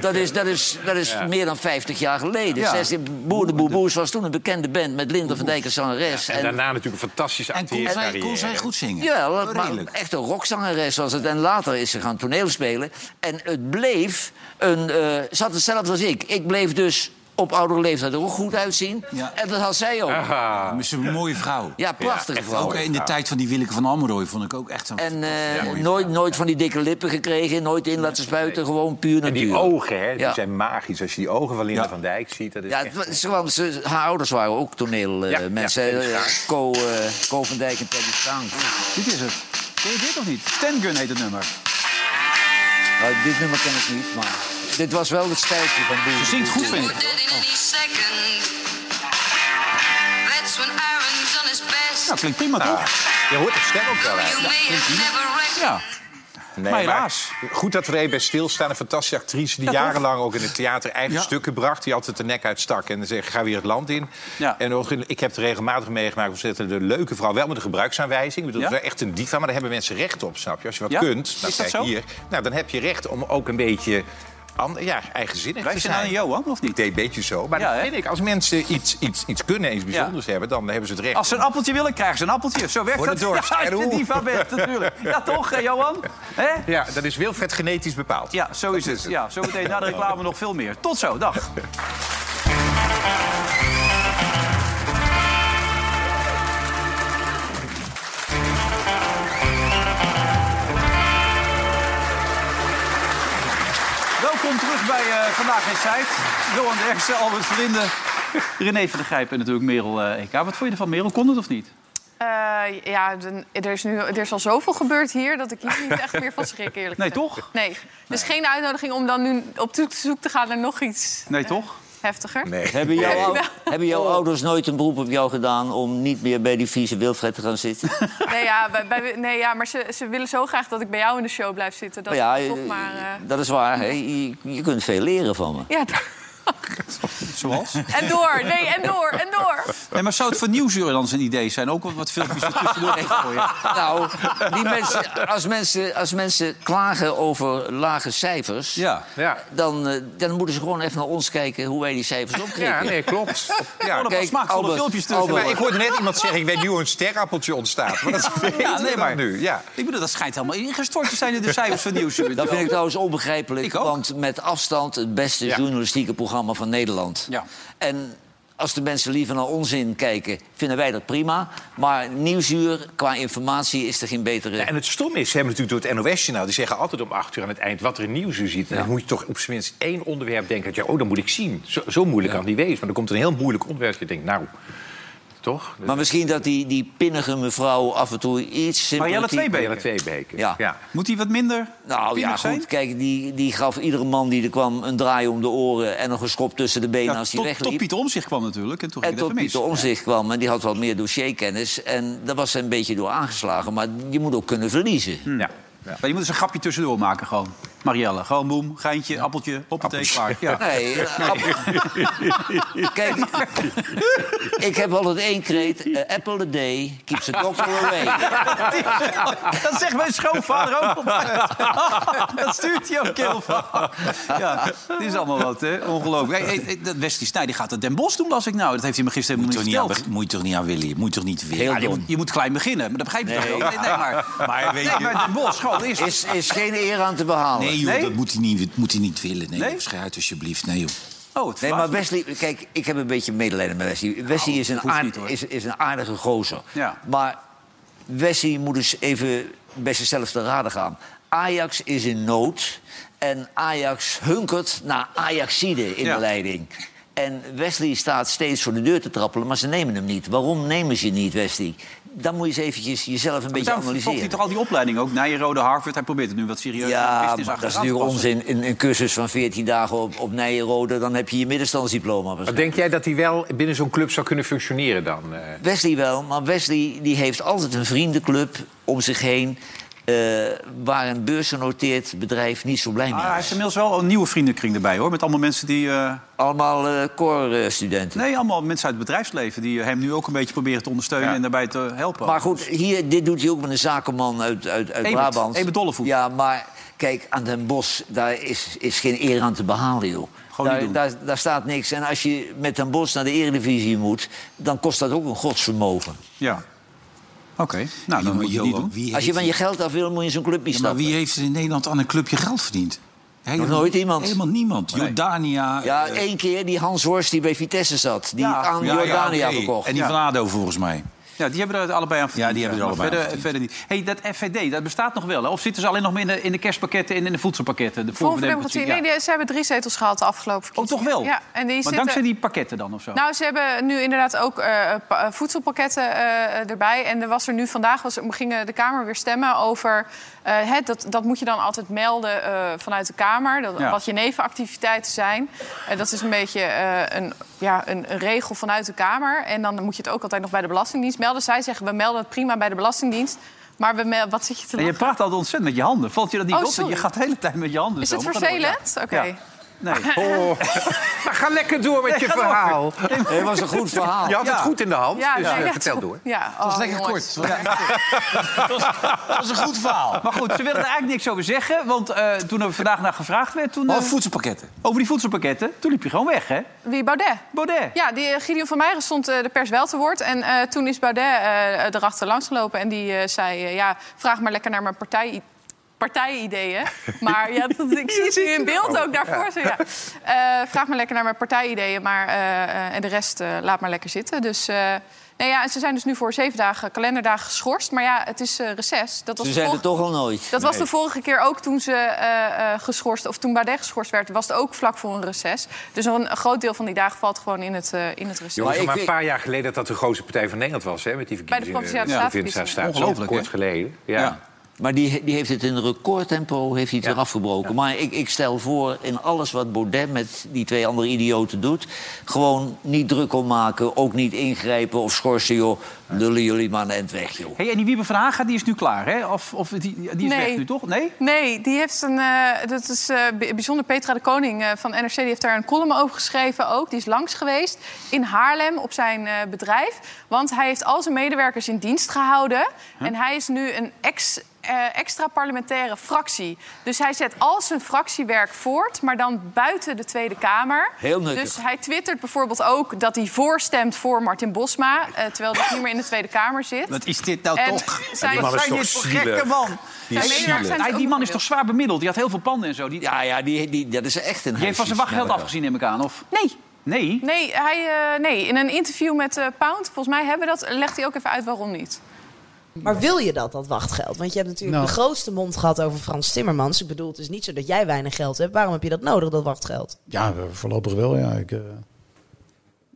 S4: dat is, dat is, dat is
S1: Ja.
S4: meer dan 50 jaar geleden.
S3: Ja.
S4: 16 Boer de Boeboes was toen een bekende band met Linda van Dijk als zangeres.
S3: En, daarna Nou, natuurlijk een fantastische acteercarrière.
S4: Ja, wel,
S1: Oh,
S4: maar
S3: Redelijk.
S4: echt een rockzangeres was het. En later is ze gaan toneelspelen. En het bleef een... eh ze had hetzelfde als ik. Ik bleef dus op oudere leeftijd er ook goed uitzien. En dat had zij ook.
S2: Maar Ze is een mooie vrouw.
S4: Ja, prachtige
S2: echt
S4: vrouw.
S2: Ook in de tijd van die Willeke van Almeroy vond ik ook echt een...
S4: En eh, nooit, nooit van die dikke lippen gekregen. Nooit in laten spuiten. Gewoon puur
S3: En
S4: natuurlijk.
S3: die ogen, hè, die
S4: Ja.
S3: zijn magisch. Als je die ogen van Linda van Dijk ziet, dat is
S4: Ja,
S3: echt...
S4: het was- ze, kwam- ze- haar ouders waren ook
S3: Ja,
S4: toneelmensen.
S3: ja,
S4: mensen Eh,
S3: inderdaad.
S4: Co, eh, Co van Dijk en Teddy Frank.
S1: Dit is het. Ken je dit of niet? Stengun heet het nummer.
S4: Nou, dit nummer ken ik niet, maar dit was wel het stijltje van
S1: Ze
S4: Boer.
S1: zingt goed, vind ik. Nou, klinkt prima, toch?
S3: Je hoort de stem ook wel uit.
S1: Ja.
S3: Nee,
S1: Maar
S3: maar
S1: helaas.
S3: Goed dat we er even bij stilstaan. Een fantastische actrice die
S1: Ja, toch?
S3: jarenlang ook in het theater eigen
S1: Ja.
S3: stukken bracht. Die altijd de nek uitstak en zei, ga weer het land in. En ook in- ik heb het regelmatig meegemaakt. We zetten de leuke vrouw wel met een gebruiksaanwijzing. Ik bedoel,
S1: Ja.
S3: dat is echt een diva, maar daar hebben mensen recht op, snap je? Als je wat
S1: Ja?
S3: kunt, nou,
S1: Is dat
S3: kijk
S1: zo?
S3: hier. Nou, dan heb je recht om ook een beetje... an- Ja, eigenzinnig
S1: Wijs
S3: te
S1: je
S3: zijn.
S1: nou aan Johan, of niet?
S3: Ik deed een beetje zo. Maar
S1: Ja,
S3: dat
S1: hè?
S3: vind ik, als mensen iets, iets, iets kunnen en iets bijzonders hebben... dan hebben ze het recht
S1: Als ze een appeltje willen, krijgen ze een appeltje. Zo werkt
S3: Voor de
S1: dat.
S3: dorst.
S1: Ja, als je
S3: En hoe?
S1: diva bent, natuurlijk. Ja, toch, hè, Johan? Hè?
S3: Ja, dat is Wilfred genetisch bepaald.
S1: Ja, zo is het. Ja, zo meteen na de reclame nog veel meer. Tot zo, dag. Welkom terug bij eh, Vandaag in Zuid. Johan Derksen, Albert Verlinde, René van der Grijp en natuurlijk Merel eh EK. Wat vond je ervan, Merel? Kon het of niet?
S5: Eh, ja, de- er is, nu, er is al zoveel gebeurd hier dat ik hier niet echt meer van schrik, eerlijk
S1: Nee,
S5: gezegd.
S1: toch?
S5: Nee. Dus geen uitnodiging om dan nu op zoek te gaan naar nog iets
S1: Nee, toch?
S5: heftiger.
S4: Hebben jouw,
S5: Nee,
S4: ou-
S5: wel.
S4: hebben jouw
S5: Oh.
S4: ouders nooit een beroep op jou gedaan om niet meer bij die vieze Wilfred te gaan zitten?
S5: Nee, ja, bij- bij- nee, ja maar ze, ze willen zo graag dat ik bij jou in de show blijf zitten.
S1: Oh
S5: Dat
S4: Maar ja,
S5: is toch
S4: eh,
S5: maar... eh,
S4: Dat is waar. hè. Je, je kunt veel leren van me.
S5: ja,
S1: Zoals?
S5: en door. Nee, en door. En door.
S1: Nee, maar zou het voor nieuwsuren dan zijn idee zijn? Ook wat, wat filmpjes er tussendoor te gooien.
S4: Nou, die mensen, als, mensen, als mensen klagen over lage cijfers...
S1: Ja.
S4: Dan, eh, dan moeten ze gewoon even naar ons kijken hoe wij die cijfers opkrikken.
S3: Ja, nee, klopt. Ja.
S1: Gewoon een
S4: Kijk,
S1: paar smaakvolle
S4: Albert,
S1: filmpjes tussen.
S4: Albert.
S3: Maar ik hoorde net iemand zeggen, ik weet nu hoe een sterappeltje ontstaat. Maar dat weten
S1: Ja,
S3: we
S1: nee,
S3: dan
S1: maar
S3: nu. Ja.
S1: Ik bedoel, dat schijnt helemaal ingestort te zijn in de cijfers van nieuwsuren.
S4: Dat vind ik trouwens onbegrijpelijk.
S1: Ik ook.
S4: Want met afstand het beste journalistieke programma van Nederland.
S1: Ja.
S4: En als de mensen liever naar onzin kijken, vinden wij dat prima. Maar nieuwsuur, qua informatie, is er geen betere.
S3: En het stom is, ze hebben natuurlijk door het NOS-journaal... die zeggen altijd om acht uur aan het eind wat er in nieuws u ziet. En Dan moet je toch op zijn minst één onderwerp denken. Dat je, oh, dat moet ik zien. Zo, zo moeilijk kan die wezen. Maar dan komt een heel moeilijk onderwerp. Je denkt, nou, toch?
S4: Maar misschien dat die, die pinnige mevrouw af en toe iets simpeler...
S1: Marielle
S4: type-
S1: Tweebeker.
S3: Tweebeke.
S4: Ja.
S1: Moet hij wat minder
S4: Nou ja,
S1: pinnig zijn?
S4: goed. Kijk, die, die gaf iedere man die er kwam een draai om de oren... en nog een schop tussen de benen
S1: Ja,
S4: als hij
S1: tot,
S4: wegliep.
S1: tot Pieter Omzicht kwam natuurlijk. En toen
S4: En
S1: ging
S4: tot
S1: het
S4: Pieter
S1: even mis.
S4: Omzicht kwam en die had wat meer dossierkennis. En daar was ze een beetje door aangeslagen. Maar je moet ook kunnen verliezen.
S1: Ja. Maar je moet eens een grapje tussendoor maken gewoon. Marielle, gewoon boem, geintje, appeltje, hoppatee, klaar. Ja.
S4: Nee, eh, app- Kijk, ik heb altijd één kreet. eh, apple a day keeps the doctor away.
S1: Dat zegt mijn schoonvader ook altijd. Dat stuurt hij ook heel vaak. Ja, dit is allemaal wat, hè? Ongelooflijk. Hey, hey, hey, dat Wesley Snijder gaat dat Den Bos doen, las ik nou. Dat heeft hij me gisteren
S2: Moet je
S1: helemaal
S2: toch
S1: niet
S2: niet aan,
S1: verteld.
S2: be- moet je toch niet aan willen? Moet je toch niet willen?
S4: Heel
S1: Ja, je,
S4: dom.
S1: moet, je moet klein beginnen, maar dat begrijp je
S4: Nee.
S1: toch wel? Nee, nee, maar,
S2: Maar weet
S1: nee,
S2: je-
S1: maar Den Bos, gewoon eerst.
S4: Is, is geen eer aan te behalen.
S2: Nee,
S4: Nee,
S2: joh,
S1: Nee?
S2: dat moet hij niet, moet hij niet willen. Nee,
S1: Nee?
S2: nee? uit alsjeblieft. Nee, joh.
S1: Oh, het
S4: maar Wesley, kijk, ik heb een beetje medelijden met Wesley. Wesley is, een
S1: hoeft
S4: aard-
S1: niet, Nou, hoor.
S4: is, is een aardige gozer.
S1: Ja.
S4: Maar Wesley moet eens even bij zichzelf te raden gaan. Ajax is in nood. En Ajax hunkert naar Ajaxide in
S1: Ja.
S4: de leiding. En Wesley staat steeds voor de deur te trappelen, maar ze nemen hem niet. Waarom nemen ze je niet, Wesley? Dan moet je eens eventjes jezelf een beetje
S1: Daarom volgt hij
S4: analyseren.
S1: toch al die opleiding ook? Nijenrode, Harvard, hij probeert het nu wat serieus. aan de
S4: Ja,
S1: business
S4: maar dat is
S1: achteraan te
S4: natuurlijk
S1: passen.
S4: onzin. Een, een cursus van 14 dagen op, op Nijenrode, dan heb je je middenstandsdiploma.
S3: Maar denk jij dat hij wel binnen zo'n club zou kunnen functioneren dan? eh?
S4: Wesley wel, maar Wesley die heeft altijd een vriendenclub om zich heen. eh, waar een beursgenoteerd bedrijf niet zo blij mee
S1: Maar
S4: is.
S1: Ah, hij heeft inmiddels wel een nieuwe vriendenkring erbij, hoor. Met allemaal mensen die... eh,
S4: Allemaal eh, core-studenten?
S1: Nee, allemaal mensen uit het bedrijfsleven... die eh, hem nu ook een beetje proberen te ondersteunen en daarbij te helpen.
S4: Maar goed, hier, dit doet hij ook met een zakenman uit, uit, uit
S1: Ebert.
S4: Brabant.
S1: Ebert Dollevoet.
S4: Ja, maar kijk, aan Den Bos, daar is, is geen eer aan te behalen, joh.
S1: Gewoon niet
S4: Daar,
S1: doen.
S4: daar, daar staat niks. En als je met Den Bos naar de Eredivisie moet, dan kost dat ook een godsvermogen.
S1: Ja. Oké, nou, dan moet je het niet doen.
S4: Als je van je geld af wil, moet je in zo'n club niet
S2: maar
S4: stappen.
S2: Nou, wie heeft er in Nederland aan een clubje geld verdiend? Helemaal,
S4: Nog nooit iemand.
S2: Helemaal niemand. Jordania.
S4: Ja,
S2: eh,
S4: één keer die Hans Horst die bij Vitesse zat. Die
S1: Ja.
S4: aan
S2: ja, ja,
S4: Jordania
S2: oké.
S4: verkocht.
S2: En die
S4: Ja.
S2: van ADO volgens mij.
S1: Ja, die hebben er allebei aan verdiend.
S2: Ja, die hebben er
S1: Maar
S2: allebei aan
S1: verder, verder niet. hey, dat FVD, dat bestaat nog wel, hè? Of zitten ze alleen nog maar in de, in de kerstpakketten en in de voedselpakketten? De
S5: Forum voor Democratie.
S1: ja. Oh,
S5: Nee, die- ze hebben drie zetels gehaald de afgelopen verkiezingen.
S1: toch wel?
S5: Ja, en die
S1: maar
S5: zitten...
S1: dankzij die pakketten dan of zo?
S5: Nou, ze hebben nu inderdaad ook eh, pa- eh, voedselpakketten eh, erbij. En er was er nu vandaag, was, gingen de Kamer weer stemmen over... eh, het, dat, dat moet je dan altijd melden eh, vanuit de Kamer, dat,
S18: Ja.
S5: wat je nevenactiviteiten zijn. En dat is een beetje eh, een, ja, een, een regel vanuit de Kamer. En dan moet je het ook altijd nog bij de Belastingdienst melden. Zij zeggen, we melden het prima bij de Belastingdienst. Maar we mel- wat zit je te
S1: En je
S5: lachen?
S1: praat altijd ontzettend met je handen. Valt je dat niet
S5: Oh,
S1: op?
S5: sorry.
S1: Je gaat de hele tijd met je handen
S5: Is
S1: zo.
S5: het
S1: Wat dan ook, ja.
S5: vervelend? Oké.
S1: Ja. Nee.
S3: ga lekker door met
S1: Nee,
S3: je
S1: ga door.
S3: verhaal.
S4: Het was een goed verhaal.
S3: Je had het
S4: Ja.
S3: goed in de hand,
S4: Ja,
S3: dus
S4: ja.
S3: eh, vertel door.
S5: Ja, Oh,
S2: was lekker
S5: jongens.
S2: kort. Dat is een goed verhaal.
S1: Maar goed, ze willen er eigenlijk niks over zeggen. Want eh, toen er vandaag naar gevraagd werd... Toen, eh,
S2: Oh, voedselpakketten.
S1: over die voedselpakketten, toen liep je gewoon weg, hè?
S5: Wie, Baudet?
S1: Baudet.
S5: Ja, die eh, Gideon van Meijeren stond eh, de pers wel te woord. En eh, toen is Baudet eh, erachter langs gelopen. En die eh, zei, eh, ja, vraag maar lekker naar mijn partij partijideeën. Maar ja, dat, ik zie het nu in beeld ook daarvoor. Zo, ja. Eh, vraag maar lekker naar mijn partijideeën. Maar, eh, eh, en de rest eh, laat maar lekker zitten. Dus, eh, nee, ja, en ze zijn dus nu voor zeven dagen, kalenderdagen geschorst. Maar ja, het is eh reces. Dat was
S4: Ze
S5: de
S4: zijn er
S5: vorige-
S4: toch al nooit.
S5: dat was de vorige keer ook toen ze eh, eh, geschorst, of toen Baudet geschorst werd, was het ook vlak voor een reces. Dus een een groot deel van die dagen valt gewoon in het, eh in het reces.
S3: Jongens, maar, een paar jaar geleden dat dat de grootste partij van Nederland was, hè? Met die
S5: Bij de
S3: verkiezingen.
S5: Provinciale
S3: eh,
S5: Statenverkiezingen.
S3: Staat.
S4: Ongelooflijk,
S3: Zo kort
S4: hè?
S3: geleden. Ja.
S4: Maar die, die heeft het in recordtempo heeft hij het eraf gebroken. Maar ik, ik stel voor, in alles wat Baudet met die twee andere idioten doet... gewoon niet druk om maken, ook niet ingrijpen of schorsen, joh. Lullen jullie maar aan het weg, joh.
S1: Hey, en die Wiebe van Haga, die is nu klaar, hè? Of, of die, die is weg nu, toch? Nee?
S5: Nee, die heeft een. eh, dat is eh, bij- bijzonder. Petra de Koning eh, van NRC die heeft daar een column over geschreven ook. Die is langs geweest in Haarlem op zijn eh, bedrijf. Want hij heeft al zijn medewerkers in dienst gehouden. En hij is nu een ex. eh, extra parlementaire fractie. Dus hij zet al zijn fractiewerk voort, maar dan buiten de Tweede Kamer.
S4: Heel nuttig.
S5: Dus hij twittert bijvoorbeeld ook dat hij voorstemt voor Martin Bosma, eh, terwijl dat niet meer in de Tweede Kamer zit.
S1: Wat is dit nou
S5: En
S1: toch?
S5: zij-
S1: Wat
S5: man is
S1: zijn
S5: toch
S1: dit voor
S5: zielig.
S1: gekke man?
S5: Die is
S1: Hij-
S5: zielig.
S1: hij- die man is toch zwaar bemiddeld? Die had heel veel panden en zo. Die,
S4: ja, ja die, die, dat is echt een
S1: Je heeft van zijn wachtgeld afgezien, neem ik aan, of?
S5: Nee.
S1: Nee?
S5: Nee, hij, eh, nee, in een interview met eh, Pound, volgens mij hebben we dat, legt hij ook even uit waarom niet.
S19: Maar wil je dat, dat wachtgeld? Want je hebt natuurlijk
S20: Nou.
S19: de grootste mond gehad over Frans Timmermans. Ik bedoel, het is niet zo dat jij weinig geld hebt. Waarom heb je dat nodig, dat wachtgeld?
S21: Ja, eh, voorlopig wel. Ja. Ik, eh,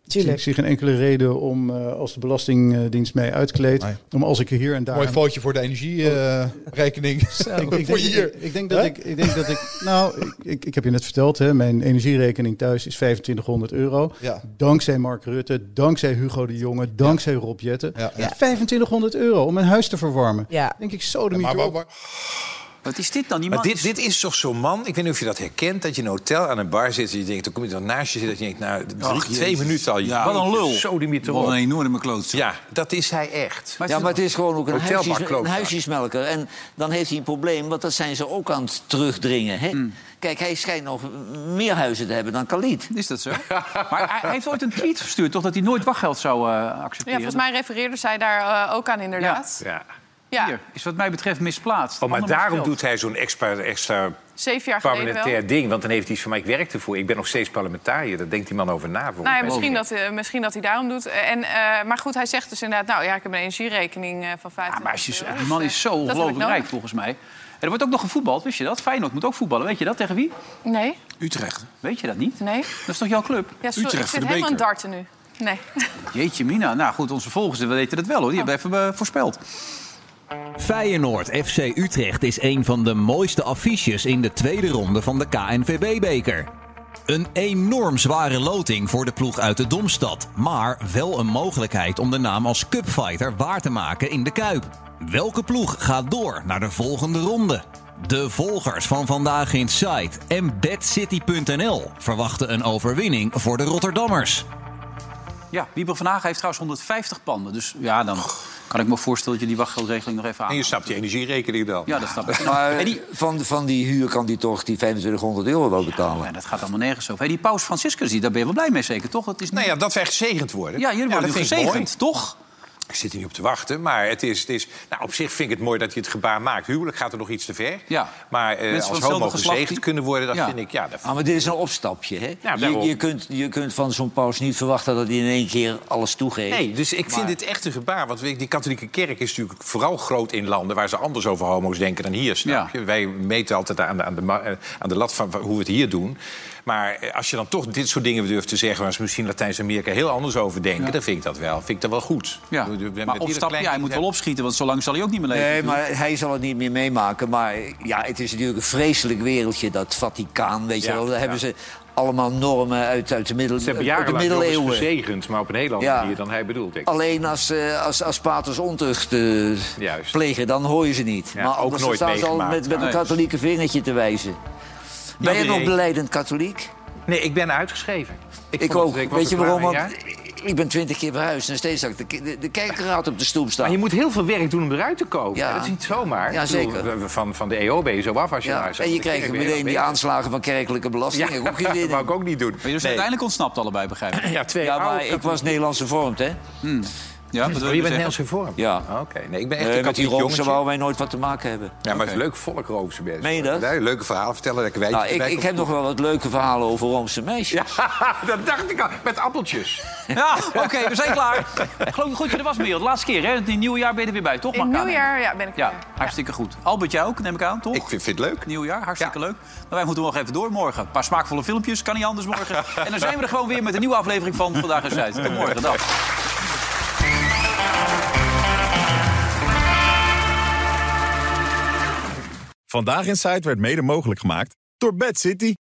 S19: Tuurlijk.
S21: zie- Ik zie geen enkele reden om, eh, als de Belastingdienst mij uitkleedt, om als ik hier en daar...
S22: Mooi foutje voor de eh, energierekening.
S21: ik, ik,
S22: voor
S21: denk-
S22: hier.
S21: ik, ik denk dat
S22: Hè?
S21: ik, ik denk dat ik. Nou, ik, ik, ik heb je net verteld, hè, mijn energierekening thuis is 2500 euro.
S22: Ja.
S21: Dankzij Mark Rutte, dankzij Hugo de Jonge, dankzij Rob Jetten.
S22: Ja.
S21: 2500 euro om mijn huis te verwarmen.
S19: Denk
S21: ik zo de
S22: maar,
S21: mieter
S22: maar,
S21: op.
S22: maar-
S1: Wat is dit dan? Die
S3: Maar
S1: man
S3: dit, dit is toch zo'n man, ik weet niet of je dat herkent... dat je in een hotel aan een bar zit en je denkt... dan kom je dan naast je zitten dat je denkt... nou, drie,
S2: Ach,
S3: twee
S2: Jezus.
S3: minuten al.
S2: Ja. Wat een lul.
S3: Zo die mythe
S2: Wat
S3: op.
S2: een enorme klootzak.
S3: Ja, dat is hij echt.
S4: ja, maar het is gewoon ook een,
S3: Hotelbar
S4: huisjes, een
S3: klootzak.
S4: huisjesmelker. En dan heeft hij een probleem, want dat zijn ze ook aan het terugdringen. Hè? Kijk, hij schijnt nog meer huizen te hebben dan Khalid.
S1: Is dat zo? maar hij heeft ooit een tweet verstuurd, toch? Dat hij nooit wachtgeld zou eh,
S5: Ja,
S1: accepteren.
S5: volgens mij refereerde zij daar eh, ook aan inderdaad.
S3: Ja.
S5: Ja,
S1: Hier, is wat mij betreft misplaatst.
S3: Oh, maar
S1: Allemaal
S3: daarom
S1: geld.
S3: doet hij zo'n extra, extra
S5: zeven jaar geleden wel.
S3: parlementair ding. Want dan heeft hij iets van, maar ik werk ervoor. Ik ben nog steeds parlementariër. Daar denkt die man over na.
S5: Nou ja, misschien, dat, eh, misschien dat hij daarom doet. Eh, En, eh, maar goed, hij zegt dus inderdaad... nou ja, ik heb een energierekening eh, van 50
S1: Maar als je- die man is zo ongelooflijk rijk, volgens mij. En er wordt ook nog gevoetbald, wist je dat? Feyenoord moet ook voetballen. Weet je dat? Tegen wie?
S5: Nee,
S1: Utrecht. Weet je dat niet?
S5: nee.
S1: Dat is toch jouw club?
S5: Ja, sorry, ik zit helemaal aan darten nu. Nee.
S1: Jeetje mina. Nou goed, onze volgers we weten dat wel hoor. Die hebben even eh, voorspeld.
S23: Feyenoord FC Utrecht is een van de mooiste affiches in de tweede ronde van de KNVB-beker. Een enorm zware loting voor de ploeg uit de Domstad. Maar wel een mogelijkheid om de naam als cupfighter waar te maken in de Kuip. Welke ploeg gaat door naar de volgende ronde? De volgers van Vandaag in Sight en BadCity.nl verwachten een overwinning voor de Rotterdammers.
S1: Ja, Wiebel van Hagen heeft trouwens 150 panden. Dus ja, dan kan ik me voorstellen dat je die wachtgeldregeling nog even aan.
S3: En je snapt die energierekening dan.
S1: Ja, dat snap ik.
S4: Maar
S1: En die,
S4: van, van die huur kan die toch die 2500 euro wel betalen.
S1: eh, dat gaat allemaal nergens over. Hey, die paus Franciscus, die- daar ben je wel blij mee zeker, toch? Dat is niet...
S3: Nou ja, dat wij gezegend worden.
S1: Ja, jullie worden
S3: dat
S1: nu
S3: vind ik
S1: gezegend,
S3: mooi.
S1: toch?
S3: Ik zit hier niet op te wachten, maar het is, het is, nou, op zich vind ik het mooi dat je het gebaar maakt. Huwelijk gaat er nog iets te ver.
S1: Ja.
S3: Maar eh,
S1: Mensen van
S3: als
S1: hetzelfde
S3: homo
S1: geslacht
S3: gezegend
S1: die-
S3: kunnen worden, dat
S1: Ja.
S3: vind ik... Ja, dat
S4: Ah, maar dit is een opstapje, hè?
S3: Ja,
S4: je,
S3: daarom.
S4: je, kunt, je kunt van zo'n paus niet verwachten dat hij in één keer alles toegeeft.
S3: Nee, dus ik vind
S4: Maar-
S3: dit echt een gebaar. Want weet- die katholieke kerk is natuurlijk vooral groot in landen... waar ze anders over homo's denken dan hier, snap je? Wij meten altijd aan de, aan, de, ma- eh, aan de lat van van hoe we het hier doen. Maar eh, als je dan toch dit soort dingen durft te zeggen... waar ze misschien Latijns-Amerika heel anders over denken... dan vind ik dat wel, vind ik dat wel goed.
S1: Ja.
S3: We- we- we- met
S1: Maar
S3: ieder
S1: opstappen,
S3: klein-
S1: ja, hij moet wel opschieten, want zo lang zal hij ook niet meer leven.
S4: Nee, maar hij zal het niet meer meemaken. Maar ja, het is natuurlijk een vreselijk wereldje, dat Vaticaan, weet je
S3: Ja,
S4: wel. Daar
S3: ja.
S4: hebben ze allemaal normen uit, uit de, middel,
S3: Ze hebben
S1: eh,
S4: uit de
S3: jarenlang jongens
S4: middeleeuwen.
S3: gezegend, maar op een heel andere
S4: Ja.
S3: manier dan hij bedoelt.
S1: Oh,
S3: Denk ik.
S4: Alleen als, eh, als, als paters ontucht eh,
S3: Juist.
S4: plegen, dan hoor je ze niet.
S3: Ja,
S4: maar
S3: ook
S4: anders dan
S3: nooit
S4: staan ze al
S3: meegemaakt.
S4: met, met een
S3: Nee.
S4: katholieke vingertje te wijzen. Ben je nog
S3: nee.
S4: beleidend katholiek?
S3: Nee, ik ben uitgeschreven. vond
S4: Ik, ook.
S3: het- ik was
S4: Weet je
S3: er klaar
S4: waarom?
S3: mee,
S4: Want ik ben twintig keer verhuisd en steeds zag ik de, ki- de, de kerkraad op de stoep staan.
S3: Maar je moet heel veel werk doen om eruit te komen.
S4: Ja.
S3: Dat is niet zomaar.
S4: Ja,
S3: Ik bedoel,
S4: zeker.
S3: we- Van, van de EO ben je zo af als je
S4: Ja,
S3: daar
S4: en je krijgt meteen die aanslagen van kerkelijke belastingen.
S3: Ja,
S4: Ik ook geen zin
S3: dat
S4: in.
S3: wou ik ook niet doen.
S1: Maar jullie Dus zijn
S3: Nee.
S1: uiteindelijk ontsnapt allebei, begrijp ik.
S3: Ja, twee
S4: Ja,
S3: oude
S4: maar ik
S3: katholieken.
S4: was Nederlands gevormd, hè?
S1: Ja, wat wil
S3: Oh,
S1: je
S3: je bent
S1: zeggen?
S3: Nederlands hervormd?
S4: Ja.
S3: Oké, nee, ik ben echt
S4: Nee,
S3: een
S4: met die
S3: katholiek
S4: Roomse
S3: jongetje.
S4: wou wij nooit wat te maken hebben.
S3: Ja, maar het is leuk volk Roomse mensen.
S4: Meen je dat?
S3: Nee, leuke verhalen vertellen. Dat ik weet
S4: Nou, ik, ik heb nog wel wat leuke verhalen over Roomse meisjes.
S3: dat dacht ik al. Met appeltjes.
S1: Ja, oké, we zijn klaar. Ik geloof goed dat je er was, Merel. De laatste keer, hè? In het nieuwe jaar ben je er weer bij, toch?
S5: In het
S1: Mark Kamer?
S5: nieuwjaar ja, ben ik er
S1: Ja,
S5: weer.
S1: hartstikke goed. Albert, jij ook, neem ik aan, toch?
S3: Ik vind, vind het leuk.
S1: Nieuwjaar, hartstikke leuk. Maar wij moeten nog even door morgen. Een paar smaakvolle filmpjes, kan niet anders morgen. En dan zijn we er gewoon weer met een nieuwe aflevering van Vandaag in Zuid. Tot morgen, dag.
S24: Vandaag in Zuid werd mede mogelijk gemaakt door Bad City.